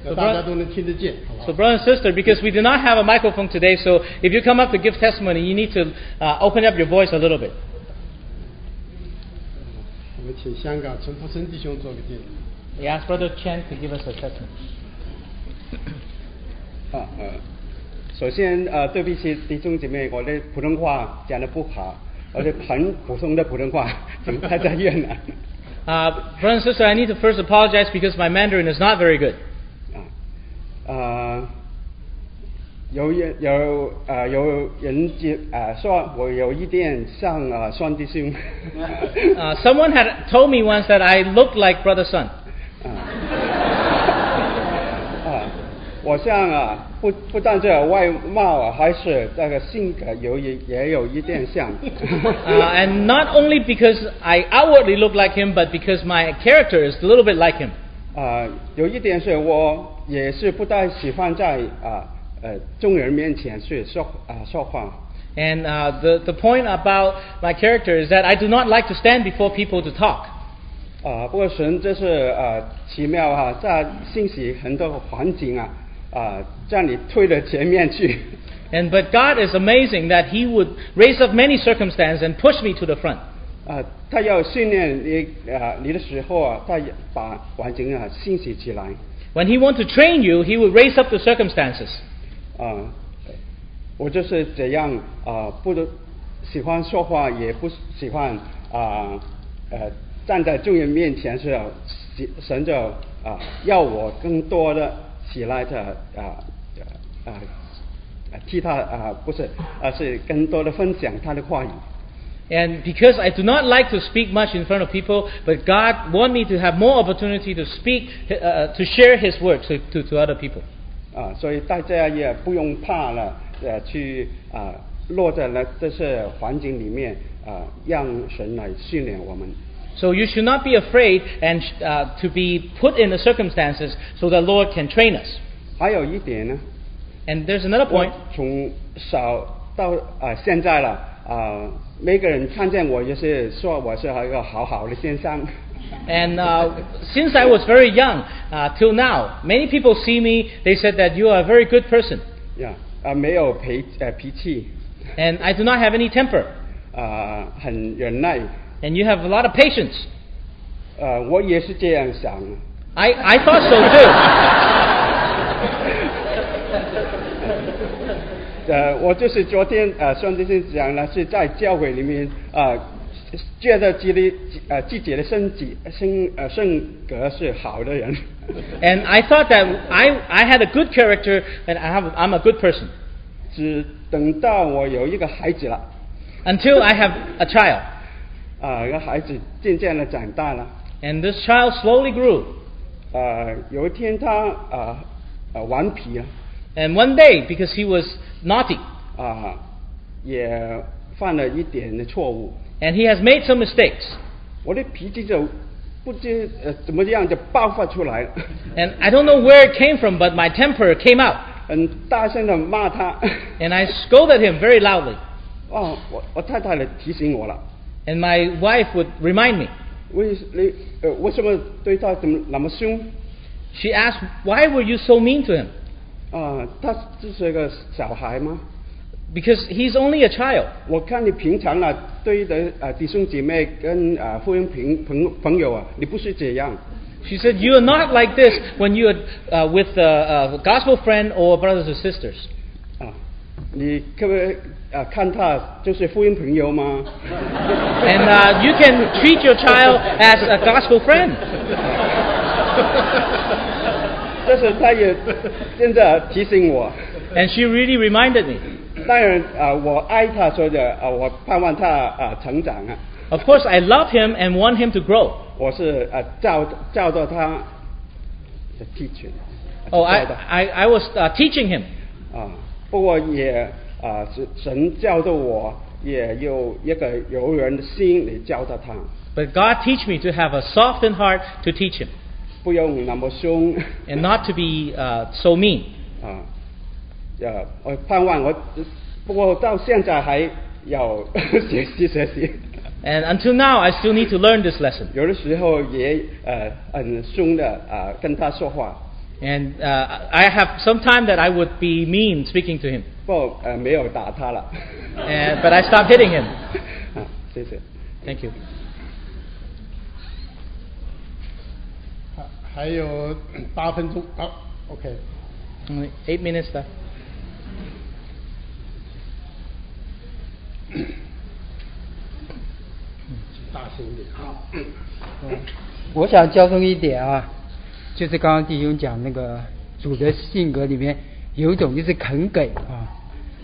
Speaker 1: 那大家都能听得见，好吧
Speaker 3: So, brother and sister, because we do not have a microphone today, so if you come up to give testimony, you need to uh, open up your voice a little bit.
Speaker 1: 我们请香港陈福生弟兄做个见证。
Speaker 3: We ask Brother Chen to give us a testimony.
Speaker 5: 啊呃，Uh, 首先呃，对不起弟兄姐妹，我的普通话讲的不好，我的很普通的普通话，请大家原谅。
Speaker 3: Uh, brother and sister, I need to first apologize because my Mandarin is not very good.
Speaker 5: 啊，呃，Uh, 有人有呃有人就呃说我有一点像呃双弟兄，
Speaker 3: Uh, someone had told me once that I looked like Brother Sun.
Speaker 5: 啊啊，我像啊不不但这外貌啊，还是这个性格有也也有一点像。
Speaker 3: Uh, and not only because I outwardly look like him, but because my character is a little bit like him.
Speaker 5: 啊、有一点是我也是不太喜欢在啊呃众人面前去说啊、说话
Speaker 3: And uh, the, the point about my character is that I do not like to stand before people to talk.
Speaker 5: 啊、不过神这是啊、奇妙啊，在信息很多环境啊啊、让你推到前面去
Speaker 3: And but God is amazing that He would raise up many circumstances and push me to the front.
Speaker 5: 啊、他要训练你啊、你的时候啊，他也把环境啊信息起来
Speaker 3: When He want to train you, He will raise up the circumstances.
Speaker 5: 啊、
Speaker 6: 我就是这样啊、不得喜欢说话，也不喜欢啊呃站在众人面前是神神就啊、要我更多的起来的啊啊啊替他啊、不是而是更多的分享他的话语。
Speaker 3: And because I do not like to speak much in front of people, but God want me to have more opportunity to speak, uh, to share His word to, to, to other people.
Speaker 6: 啊，所以大家也不用怕了，呃，去啊、落在了这些环境里面啊、让神来训练我们。
Speaker 3: So you should not be afraid and uh, to be put in the circumstances so the Lord can train us.
Speaker 6: 还有一点呢，
Speaker 3: And there's another
Speaker 6: 我
Speaker 3: point.
Speaker 6: 从小到啊、现在了啊、每个人看见我也是说我是一个好好的先生。
Speaker 3: And uh, since I was very young uh, till now, many people see me, they said that you are a very good person.
Speaker 6: 呀啊，没有脾呃脾气
Speaker 3: And I do not have any temper.
Speaker 6: 啊、很忍耐
Speaker 3: And you have a lot of patience.
Speaker 6: 呃，我也是这样想。
Speaker 3: I, I thought so too.
Speaker 6: 呃，我就是昨天呃，上帝是讲了，是在教会里面啊，觉得自己呃自己的身体性呃性格是好的人，
Speaker 3: And I thought that I, I had a good character and I have, I'm a good person.
Speaker 6: 只等到我有一个孩子了，
Speaker 3: Until I have a child.
Speaker 6: 啊、一个孩子渐渐的长大了，
Speaker 3: And this child slowly grew.
Speaker 6: 呃，有一天他啊呃顽皮了，
Speaker 3: And one day, because he was naughty
Speaker 6: 啊、也犯了一点的错误，
Speaker 3: and he has made some mistakes,
Speaker 6: 我的脾气就不知呃怎么样就爆发出来了，
Speaker 3: and I don't know where it came from, but my temper came out.
Speaker 6: 很大声的骂他。
Speaker 3: And I scolded him very loudly.
Speaker 6: 哦，我我太太来提醒我了，
Speaker 3: And my wife would remind me.
Speaker 6: 为你呃为什么对他怎么那么凶？
Speaker 3: She asked, Why were you so mean to him?
Speaker 6: 啊、他只是个小孩吗？
Speaker 3: Because he's only a child.
Speaker 6: 我看你平常啊，对的啊弟兄姐妹跟啊婚姻朋朋朋友啊，你不是这样。
Speaker 3: She said, You are not like this when you are uh, with a, a gospel friend or brothers or sisters.
Speaker 6: 啊，你可不可以啊看他就是婚姻朋友吗？
Speaker 3: And uh, you can treat your child as a gospel friend.
Speaker 6: 但是他也真的提醒我。
Speaker 3: And she really reminded me.
Speaker 6: 当然啊，我爱他，所以就啊，我盼望他啊成长啊。
Speaker 3: Of course, I love him and want him to grow.
Speaker 6: 我是啊教教导他的 teacher，
Speaker 3: Oh,
Speaker 6: 啊
Speaker 3: I,
Speaker 6: 教导
Speaker 3: I, I was uh, teaching him.
Speaker 6: 啊，不过也啊神神教导我，也有一个柔软的心来教导他，
Speaker 3: But God teach me to have a softened heart to teach him
Speaker 6: 不用那么凶
Speaker 3: and not to be uh, so mean.
Speaker 6: 啊。呃，我盼望我，不过到现在还要 学习学习，
Speaker 3: And until now, I still need to learn this lesson.
Speaker 6: 有的时候也呃很凶的啊、跟他说话，
Speaker 3: And uh, I have some time that I would be mean speaking to him.
Speaker 6: 不过呃没有打他了。
Speaker 3: And, but I stopped hitting him.
Speaker 6: 啊，谢谢。
Speaker 3: Thank you.
Speaker 1: 还还有八分钟啊，OK。
Speaker 3: Only Eight minutes left.
Speaker 1: 大声一点啊！
Speaker 4: 我想加深一点啊，就是刚刚弟兄讲那个主的性格里面有一种就是肯给啊，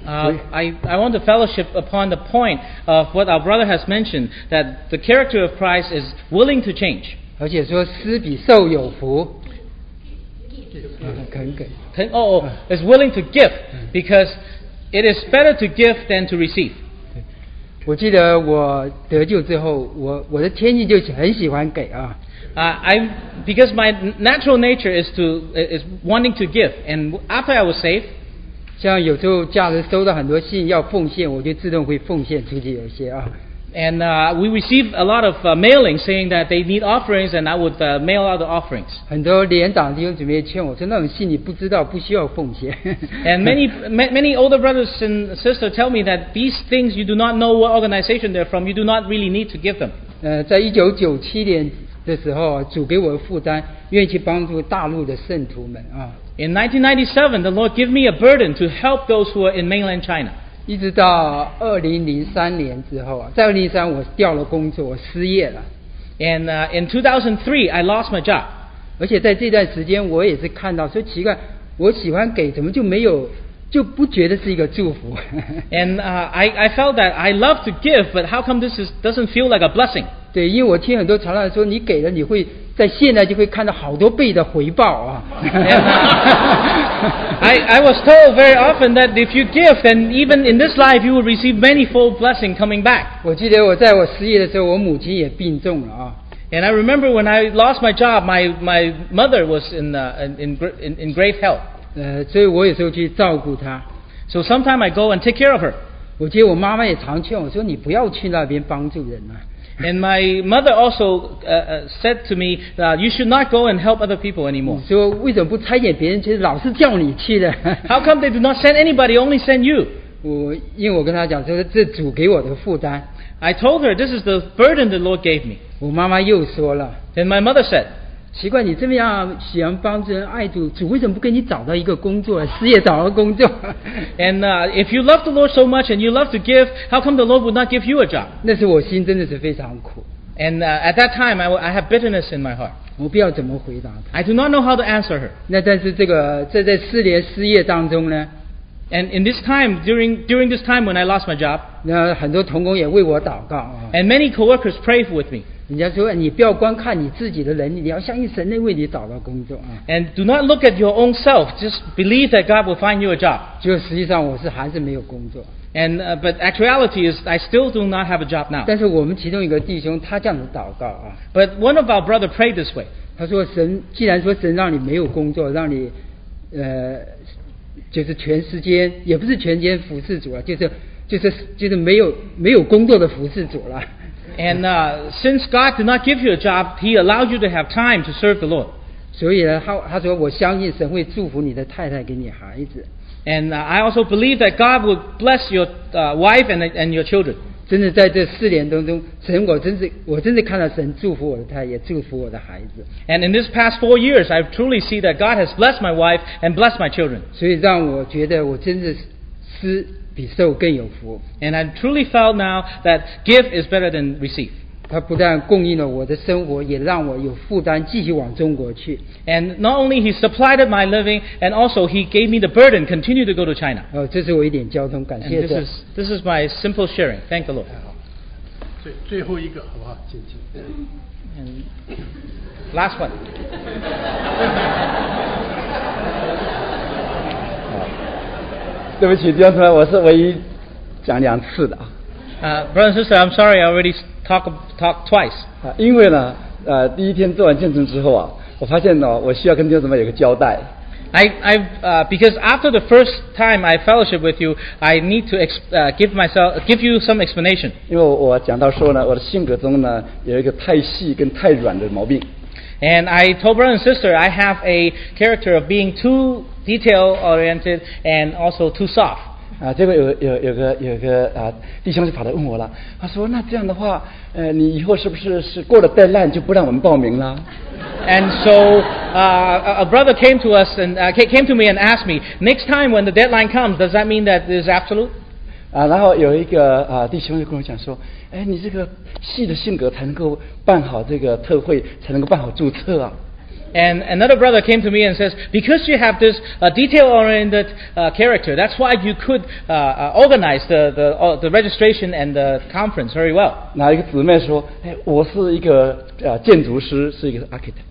Speaker 3: Uh, I, I want to fellowship upon the point of what our brother has mentioned that the character of Christ is willing to change.
Speaker 4: 而且说施比受有福，啊肯给。
Speaker 3: Ten- oh, oh, is willing to give because it is better to give than to receive.
Speaker 4: 我记得我得救之后，我我的天性就很喜欢给啊，
Speaker 3: Uh, I because my n- natural nature is to is wanting to give, and after I was saved,
Speaker 4: 像有时候家人收到很多信要奉献，我就自动会奉献出去有些啊。
Speaker 3: and uh, we received a lot of uh, mailing saying that they need offerings, and I would uh, mail out the offerings.
Speaker 4: 很多连长弟兄姊妹劝我说，那种信你不知道，不需要奉献。
Speaker 3: And many ma- many older brothers and sisters tell me that these things you do not know what organization they're from, you do not really need to give them.
Speaker 4: 呃，在一九九七年的时候，主给我的负担，愿意去帮助大陆的圣徒们啊。
Speaker 3: In 1997, the Lord gave me a burden to help those who are in mainland China.
Speaker 4: 一直到二零零三年之后啊，在二零零三我调了工作，我失业了，
Speaker 3: And uh, in 2003, I lost my job.
Speaker 4: 而且在这段时间我也是看到说奇怪，我喜欢给怎么就没有就不觉得是一个祝福？
Speaker 3: And uh, I, I felt that I love to give, but how come this is, doesn't feel like a blessing?
Speaker 4: 对，因为我听很多传道人说，你给了你会在现在就会看到好多倍的回报啊。
Speaker 3: And, uh, I, I was told very often that if you give, then even in this life, you will receive many fold blessing coming back.
Speaker 4: 我记得我在我失业的时候，我母亲也病重了啊。
Speaker 3: And I remember when I lost my job, my, my mother was in, uh, in- in, gr- in, in grave health.
Speaker 4: 呃，所以我有时候去照顾她。
Speaker 3: So sometime I go and take care of her.
Speaker 4: 我记得我妈妈也常劝我说：“你不要去那边帮助人啊。
Speaker 3: And my mother also uh, uh, said to me, uh, You should not go and help other people ”
Speaker 4: 我
Speaker 3: anymore.
Speaker 4: 说：“为什么不差遣别人去？老是叫你去的。
Speaker 3: How come they do not send anybody, only send you? ”
Speaker 4: 我因为我跟她讲说，这主给我的负担。
Speaker 3: I told her, This is the burden the Lord gave me.
Speaker 4: 我妈妈又说了
Speaker 3: Then my mother said,：“
Speaker 4: 奇怪，你这么样喜欢帮助人、爱主，主为什么不给你找到一个工作，失业找到工作？”
Speaker 3: And uh, if you love the Lord so much and you love to give, how come the Lord would not give you a job?
Speaker 4: 那时我心真的是非常苦，
Speaker 3: And uh, at that time, I, w- I have bitterness in my heart.
Speaker 4: 我不知道怎么回答她。
Speaker 3: I do not know how to answer her.
Speaker 4: 那但是这个这在四年失业当中呢，
Speaker 3: And in this time, during, during this time when I lost my job,
Speaker 4: 那很多童工也为我祷告啊。
Speaker 3: and many coworkers prayed with me.
Speaker 4: 人家说哎你不要光看你自己的能力，你要相信神能为你找到工作啊。
Speaker 3: And do not look at your own self. Just believe that God will find you a job.
Speaker 4: 就实际上我是还是没有工作，
Speaker 3: And uh, but actuality is, I still do not have a job now.
Speaker 4: 但是我们其中一个弟兄他这样子祷告啊，
Speaker 3: But one of our brother prayed this way.
Speaker 4: 他说神既然说神让你没有工作，让你呃就是全时间也不是全时间服侍主啊，就是就是就是没有没有工作的服侍主了。
Speaker 3: And uh, since God did not give you a job, He allowed you to have time to serve the Lord.
Speaker 4: 所以呢，他他说我相信神会祝福你的太太跟你孩子，
Speaker 3: And uh, I also believe that God will bless your uh, wife and, and your children.
Speaker 4: 真的在这四年当中，神我真是我真是看到神祝福我的太太，也祝福我的孩子，
Speaker 3: And in this past four years, I truly see that God has blessed my wife and blessed my children.
Speaker 4: 所以让我觉得我真是施比受更有福。
Speaker 3: And I truly felt now that give is better than receive.
Speaker 4: 他不但供应了我的生活，也让我有负担继续往中国去。
Speaker 3: And not only He supplied my living, and also He gave me the burden continue to go to China.
Speaker 4: 哦，这是我一点交通，感
Speaker 3: And
Speaker 4: 谢
Speaker 3: this
Speaker 4: 神。
Speaker 3: is, this is my simple sharing. Thank the Lord.
Speaker 1: 最最后一个好不好？请请。
Speaker 3: And last one.
Speaker 6: 对不起，弟兄姊妹， 我是唯一讲两次的啊。
Speaker 3: Uh, brother and sister, I'm sorry I already talked talk twice.
Speaker 6: 啊，因为呢，呃，第一天做完见证之后啊，我发现呢，我需要跟弟兄姊妹有个交代。
Speaker 3: I, I, uh, because after the first time I fellowship with you, I need to ex- uh, give myself, give you some explanation.
Speaker 6: 因为我讲到说呢，我的性格中呢有一个太细跟太软的毛病，
Speaker 3: And I told brother and sister I have a character of being too detail oriented and also too soft.
Speaker 6: 啊，结果有有有个有个啊弟兄就跑来问我了，他说那这样的话，呃，你以后是不是是过了 deadline 就不让我们报名了？
Speaker 3: And so uh, a- a brother came to us and uh, ca- came to me and asked me, next time when the deadline comes, does that mean that it is absolute?
Speaker 6: 啊，然后有一个啊弟兄就跟我讲说，哎，你这个细的性格才能够办好这个特会，才能够办好注册啊。
Speaker 3: And another brother came to me and says, because you have this uh, detail-oriented uh, character, that's why you could uh, uh, organize the, the, uh, the registration and the conference very well.
Speaker 6: 哪一个姊妹说，哎，我是一个呃建筑师，是一个 architect，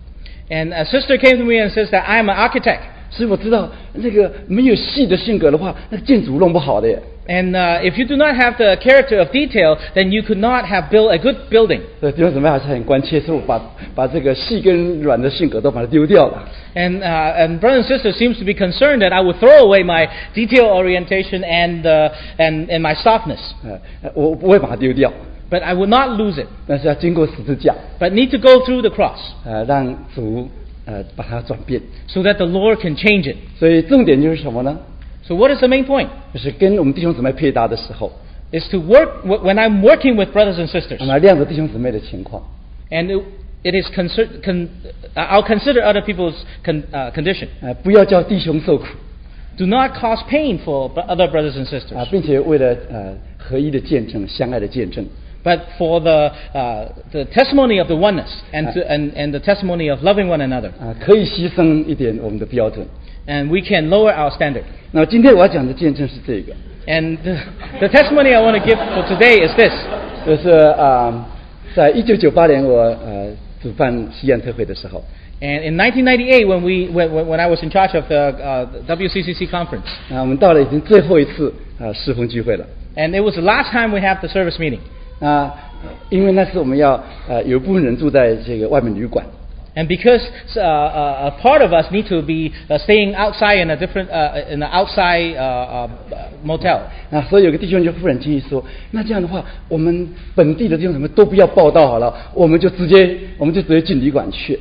Speaker 3: And a sister came to me and says that I'm an architect.
Speaker 6: 所以我知道那个没有细的性格的话，那个建筑弄不好的耶。
Speaker 3: And uh, if you do not have the character of detail, then you could not have built a good building.
Speaker 6: 所以弟兄姊妹还是很关切，所以我把把这个细跟软的性格都把它丢掉了。
Speaker 3: And, uh, and brother and sister seems to be concerned that I would throw away my detail orientation and, uh, and, and my softness.
Speaker 6: 呃，我我不会把它丢掉，
Speaker 3: But I would not lose it,
Speaker 6: 但是要经过十字架，
Speaker 3: but need to go through the cross
Speaker 6: 呃，让主呃把它转变。
Speaker 3: so that the Lord can change it.
Speaker 6: 所以重点就是什么呢？
Speaker 3: So what is the main point?
Speaker 6: 就是跟我们弟兄姊妹配搭的时候，
Speaker 3: Is to work wh- when I'm working with brothers and sisters
Speaker 6: 我们来量着弟兄姊妹的情况。
Speaker 3: and it is consider, con, I'll consider other people's con, uh, condition.
Speaker 6: 呃，不要叫弟兄受苦
Speaker 3: Do not cause pain for b- other brothers and sisters,
Speaker 6: 啊，并且为了呃合一的见证、相爱的见证，
Speaker 3: but for the, uh, the testimony of the oneness and, to, and, and the testimony of loving one another.
Speaker 6: 啊，可以牺牲一点我们的标准。
Speaker 3: And we can lower our standard.
Speaker 6: 那今天我要讲的见证是这个，
Speaker 3: And the, the testimony I want to give for today is this.
Speaker 6: 就是啊、在一九九八年我呃主办西安特会的时候，
Speaker 3: And in 1998, when, we, when, when- when I was in charge of the uh, WCCC conference,
Speaker 6: 啊，我们到了已经最后一次啊侍奉聚会了
Speaker 3: and it was the last time we had the service meeting.
Speaker 6: 啊，因为那时我们要呃有一部分人住在这个外面旅馆
Speaker 3: And because uh, uh, a part of us need to be uh, staying outside in a different uh, in an outside uh, uh, motel,
Speaker 6: 啊，所以有个弟兄就忽然建议说，那这样的话，我们本地的弟兄姊妹都不要报道好了，我们就直接我们就直接进旅馆去。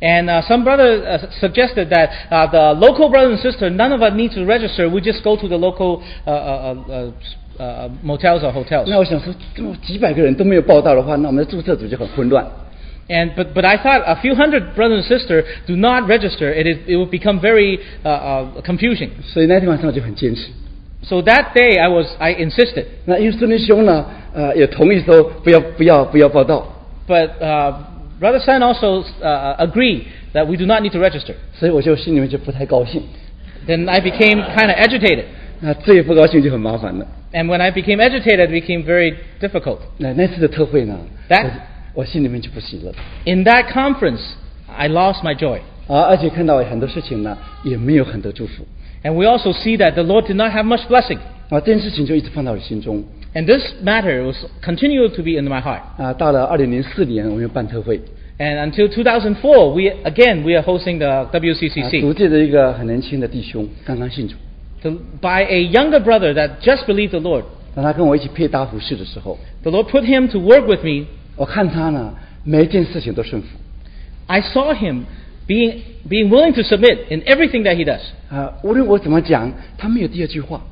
Speaker 3: and uh, some brother uh, s- suggested that uh, the local brothers and sisters, none of us need to register. We just go to the local uh, uh, uh, uh, motels or hotels.
Speaker 6: 那我想说，这么几百个人都没有报道的话，那我们的注册组就很混乱。
Speaker 3: And but but I thought a few hundred brothers and sisters do not register. It is it will become very uh, uh, confusing.
Speaker 6: 所以那天晚上我就很坚持。
Speaker 3: So that day I was I insisted.
Speaker 6: 那因为孙立兄呢，呃，也同意说不要不要不要报道，
Speaker 3: But uh, Brother San also uh, agreed that we do not need to register.
Speaker 6: 所以我就心里面就不太高兴。
Speaker 3: Then I became kind of agitated.
Speaker 6: 那这一不高兴就很麻烦了。
Speaker 3: And when I became agitated, it became very difficult.
Speaker 6: 那那次的特会呢，
Speaker 3: That-
Speaker 6: 我我心里面就不喜乐，
Speaker 3: In that conference, I lost my joy.
Speaker 6: 啊，而且看到很多事情呢，也没有很多祝福，
Speaker 3: And we also see that the Lord did not have much blessing.
Speaker 6: 啊，这件事情就一直放到我心中。
Speaker 3: And this matter was continued to be in my heart.
Speaker 6: 啊，到了二零零四年，我们又办特会，
Speaker 3: And until 2004, we again we are hosting the
Speaker 6: 啊，组
Speaker 3: WCCC
Speaker 6: 织的一个很年轻的弟兄，刚刚信主，
Speaker 3: to, by a younger brother that just believed the Lord.
Speaker 6: 当他跟我一起配搭服饰的时候，
Speaker 3: The Lord put him to work with me.
Speaker 6: 我看他呢，每一件事情都顺服，
Speaker 3: I saw him being being willing to submit in everything that he does.
Speaker 6: 啊，无论我怎么讲，他没有第二句话。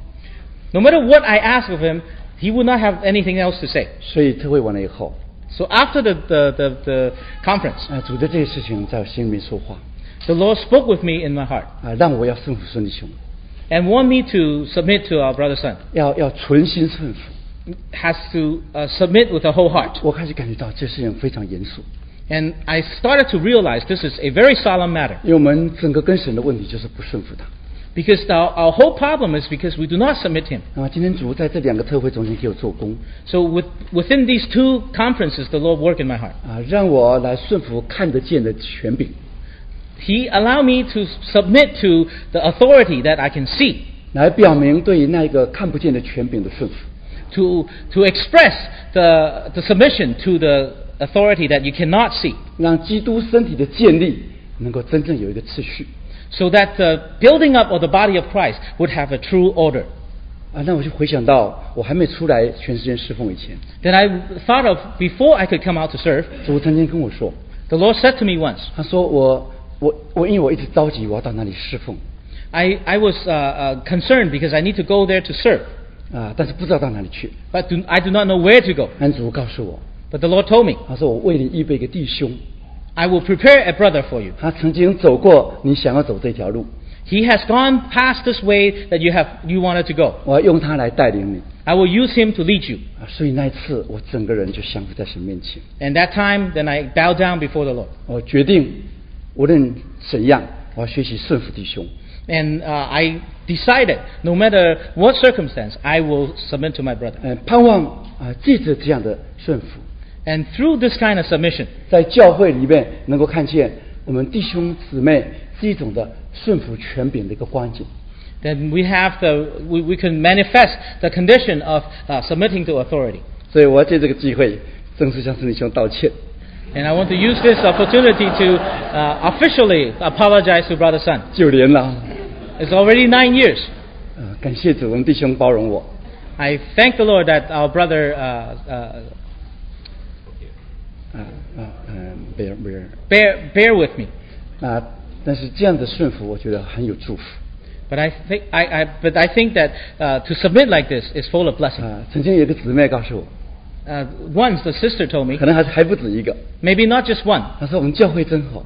Speaker 3: No matter what I asked of him, he would not have anything else to say.
Speaker 6: 所以特会完了以后，
Speaker 3: So after the, the, the, the conference,
Speaker 6: 啊，主的这些事情在我心里面说话，
Speaker 3: the Lord spoke with me in my heart
Speaker 6: 啊，让我要顺服顺弟兄，
Speaker 3: and warned me to submit to our brother son,
Speaker 6: 要要存心顺服。
Speaker 3: has to uh, submit with a whole heart.
Speaker 6: 我开始感觉到这事情非常严肃，
Speaker 3: And I started to realize this is a very solemn matter
Speaker 6: 因为我们整个跟神的问题就是不顺服他。
Speaker 3: because our, our whole problem is because we do not submit him.
Speaker 6: 那么今天主在这两个特会中间给我做工，
Speaker 3: So with, within these two conferences, the Lord worked in my heart.
Speaker 6: 啊，让我来顺服看得见的权柄。
Speaker 3: He allowed me to submit to the authority that I can see,
Speaker 6: 来表明对于那个看不见的权柄的顺服。
Speaker 3: to, to express the, the submission to the authority that you cannot see.
Speaker 6: 让基督身体的建立能够真正有一个次序
Speaker 3: so that the building up of the body of Christ would have a true order.
Speaker 6: 啊！那我就回想到我还没出来全时间侍奉以前，
Speaker 3: Then I thought of before I could come out to serve,
Speaker 6: 主曾经跟我说，
Speaker 3: the Lord said to me once,
Speaker 6: 他说我我我因为我一直着急我要到那里侍奉
Speaker 3: I, I was uh, uh, concerned because I need to go there to serve,
Speaker 6: 啊，但是不知道到哪里去。
Speaker 3: but do, I do not know where to go.
Speaker 6: 安主告诉我，
Speaker 3: But the Lord told me,
Speaker 6: 他说我为你预备一个弟兄，
Speaker 3: I will prepare a brother for you.
Speaker 6: 他曾经走过你想要走这条路，
Speaker 3: He has gone past this way that you, have, you wanted to go.
Speaker 6: 我要用他来带领你
Speaker 3: I will use him to lead you.
Speaker 6: 啊！所以那一次我整个人就降服在神面前，
Speaker 3: And that time, then I bowed down before the Lord.
Speaker 6: 我决定无论怎样，我要学习顺服弟兄。
Speaker 3: And uh, I decided, no matter what circumstance, I will submit to my brother.
Speaker 6: 呃，盼望啊，借着这样的顺服，
Speaker 3: And through this kind of submission,
Speaker 6: 在教会里面能够看见我们弟兄姊妹这种的顺服权柄的一个光景。
Speaker 3: then we have the we, we can manifest the condition of uh, submitting to authority.
Speaker 6: 所以我要借这个机会，正式向圣弟兄道歉。
Speaker 3: And I want to use this opportunity to uh, officially apologize to Brother Sun.
Speaker 6: 九年了，
Speaker 3: It's already nine years.
Speaker 6: 呃，感谢主，我们弟兄包容我。
Speaker 3: I thank the Lord that our brother uh, uh,
Speaker 6: 啊啊嗯，没有没有
Speaker 3: bear bear with me.
Speaker 6: 啊，但是这样的顺服，我觉得很有祝福。
Speaker 3: But I think I, I but I think that uh, to submit like this is full of blessing.
Speaker 6: 啊，曾经有一个姊妹告诉我，
Speaker 3: Uh, once the sister told me,
Speaker 6: 可能还还不止一个。
Speaker 3: maybe not just one.
Speaker 6: 他说我们教会真好，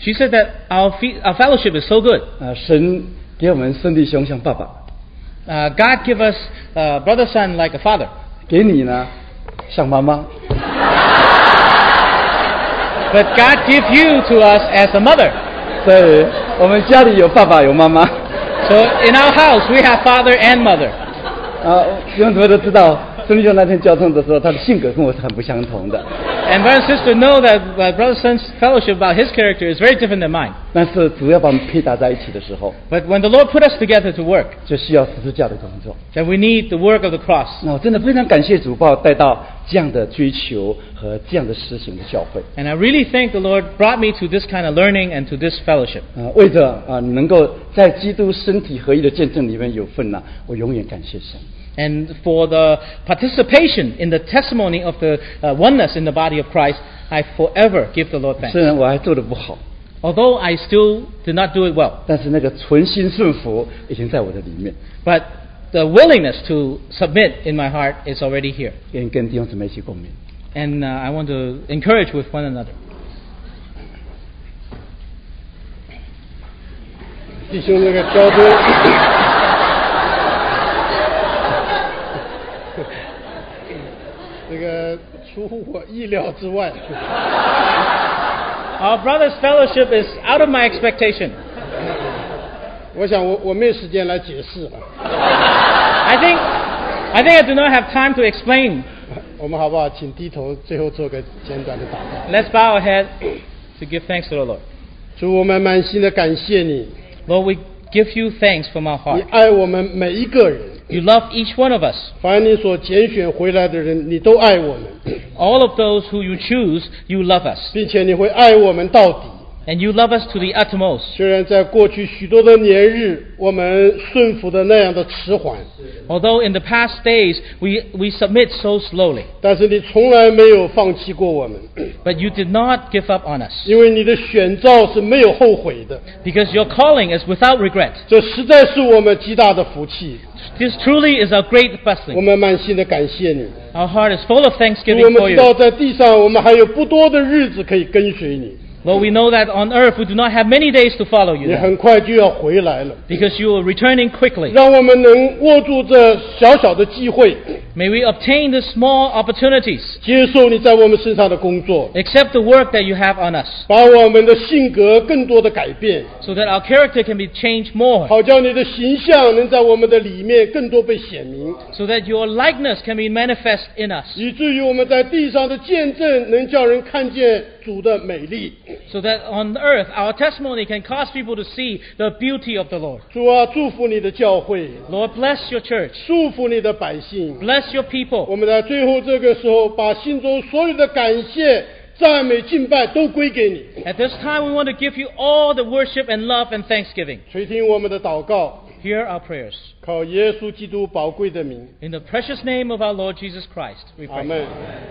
Speaker 3: She said that our, fe- our fellowship is so good.
Speaker 6: 啊，神给我们兄弟兄像爸爸，
Speaker 3: Uh, God give us uh, brother son like a father,
Speaker 6: 给你呢像妈妈，
Speaker 3: but God give you to us as a mother.
Speaker 6: 对，我们家里有爸爸有妈妈，
Speaker 3: So in our house we have father and mother.
Speaker 6: 啊，弟兄姊妹都知道，孙弟兄那天交通的时候，他的性格跟我是很不相同的，
Speaker 3: And brother and sister know that uh, brother son's fellowship about his character is very different than mine.
Speaker 6: 但是主要把我们配搭在一起的时候，
Speaker 3: But when the Lord put us together to work,
Speaker 6: 就需要十字架的工作。
Speaker 3: then we need the work of the cross.
Speaker 6: 那我真的非常感谢主把我带到这样的追求和这样的施行的教会，
Speaker 3: And I really think the Lord brought me to this kind of learning and to this fellowship.
Speaker 6: 啊、为着啊、你能够在基督身体合一的见证里面有份呐、我永远感谢神。
Speaker 3: And for the participation in the testimony of the uh, oneness in the body of Christ, I forever give the Lord thanks.
Speaker 6: 虽然我还做的不好，
Speaker 3: Although I still did not do it well,
Speaker 6: 但是那个存心顺服已经在我的里面。
Speaker 3: but the willingness to submit in my heart is already here.
Speaker 6: 愿跟弟兄姊妹一起共勉。
Speaker 3: And uh, I want to encourage with one another.
Speaker 1: 弟兄那个交通。 这个出乎我意料之外，
Speaker 3: Our brother's fellowship is out of my expectation.
Speaker 1: 我想我我没有时间来解释啊，
Speaker 3: I think, I think I do not have time to explain.
Speaker 1: 我们好不好？请低头，最后做个简短的祷告。
Speaker 3: Let's bow our head to give thanks to the Lord.
Speaker 1: 主，我们满心的感谢你，
Speaker 3: Lord, we give you thanks from our
Speaker 1: 你
Speaker 3: heart.
Speaker 1: 爱我们每一个人，
Speaker 3: You love each one of us.
Speaker 1: 凡你所拣选回来的人，你都爱我们，
Speaker 3: All of those who you choose, you love us.
Speaker 1: 并且你会爱我们到底。
Speaker 3: And you love us to the uttermost.
Speaker 1: 虽然在过去许多的年日，我们顺服的那样的迟缓，
Speaker 3: Although in the past days we, we submit so slowly,
Speaker 1: 但是你从来没有放弃过我们，
Speaker 3: but you did not give up on us.
Speaker 1: 因为你的选召是没有后悔的，
Speaker 3: Because your calling is without regret.
Speaker 1: 这实在是我们极大的福气。
Speaker 3: This truly is our great
Speaker 1: 我
Speaker 3: blessing.
Speaker 1: 们满心的感谢你，
Speaker 3: Our heart is full of
Speaker 1: 我
Speaker 3: thanksgiving
Speaker 1: 们
Speaker 3: for
Speaker 1: 知道
Speaker 3: you.
Speaker 1: 在地上我们还有不多的日子可以跟随你，
Speaker 3: Lord, we know that on earth we do not have many days to follow
Speaker 1: 你
Speaker 3: you.
Speaker 1: 很快就要回来了。
Speaker 3: Because you are returning quickly.
Speaker 1: 让我们能握住这小小的机会，
Speaker 3: May we obtain the small opportunities.
Speaker 1: 接受你在我们身上的工作，
Speaker 3: Accept the work that you have on us.
Speaker 1: 把我们的性格更多的改变，
Speaker 3: So that our character can be changed more.
Speaker 1: 好叫你的形象能在我们的里面更多被显明，
Speaker 3: so that your likeness can be manifest in us,
Speaker 1: 以至于我们在地上的见证能叫人看见主的美丽。
Speaker 3: so that on earth our testimony can cause people to see the beauty of the Lord.
Speaker 1: 主啊，祝福你的教会，
Speaker 3: Lord, bless your church,
Speaker 1: 祝福你的百姓。
Speaker 3: bless your
Speaker 1: 我
Speaker 3: people.
Speaker 1: 们在最后这个时候，把心中所有的感谢、赞美、敬拜都归给你。
Speaker 3: At this time, we want to give you all the worship and love and thanksgiving.
Speaker 1: 垂听我们的祷告，
Speaker 3: Hear our prayers.
Speaker 1: 靠耶稣基督宝贵的名，
Speaker 3: In the precious name of our Lord Jesus Christ, we
Speaker 1: 阿
Speaker 3: pray.
Speaker 1: 门。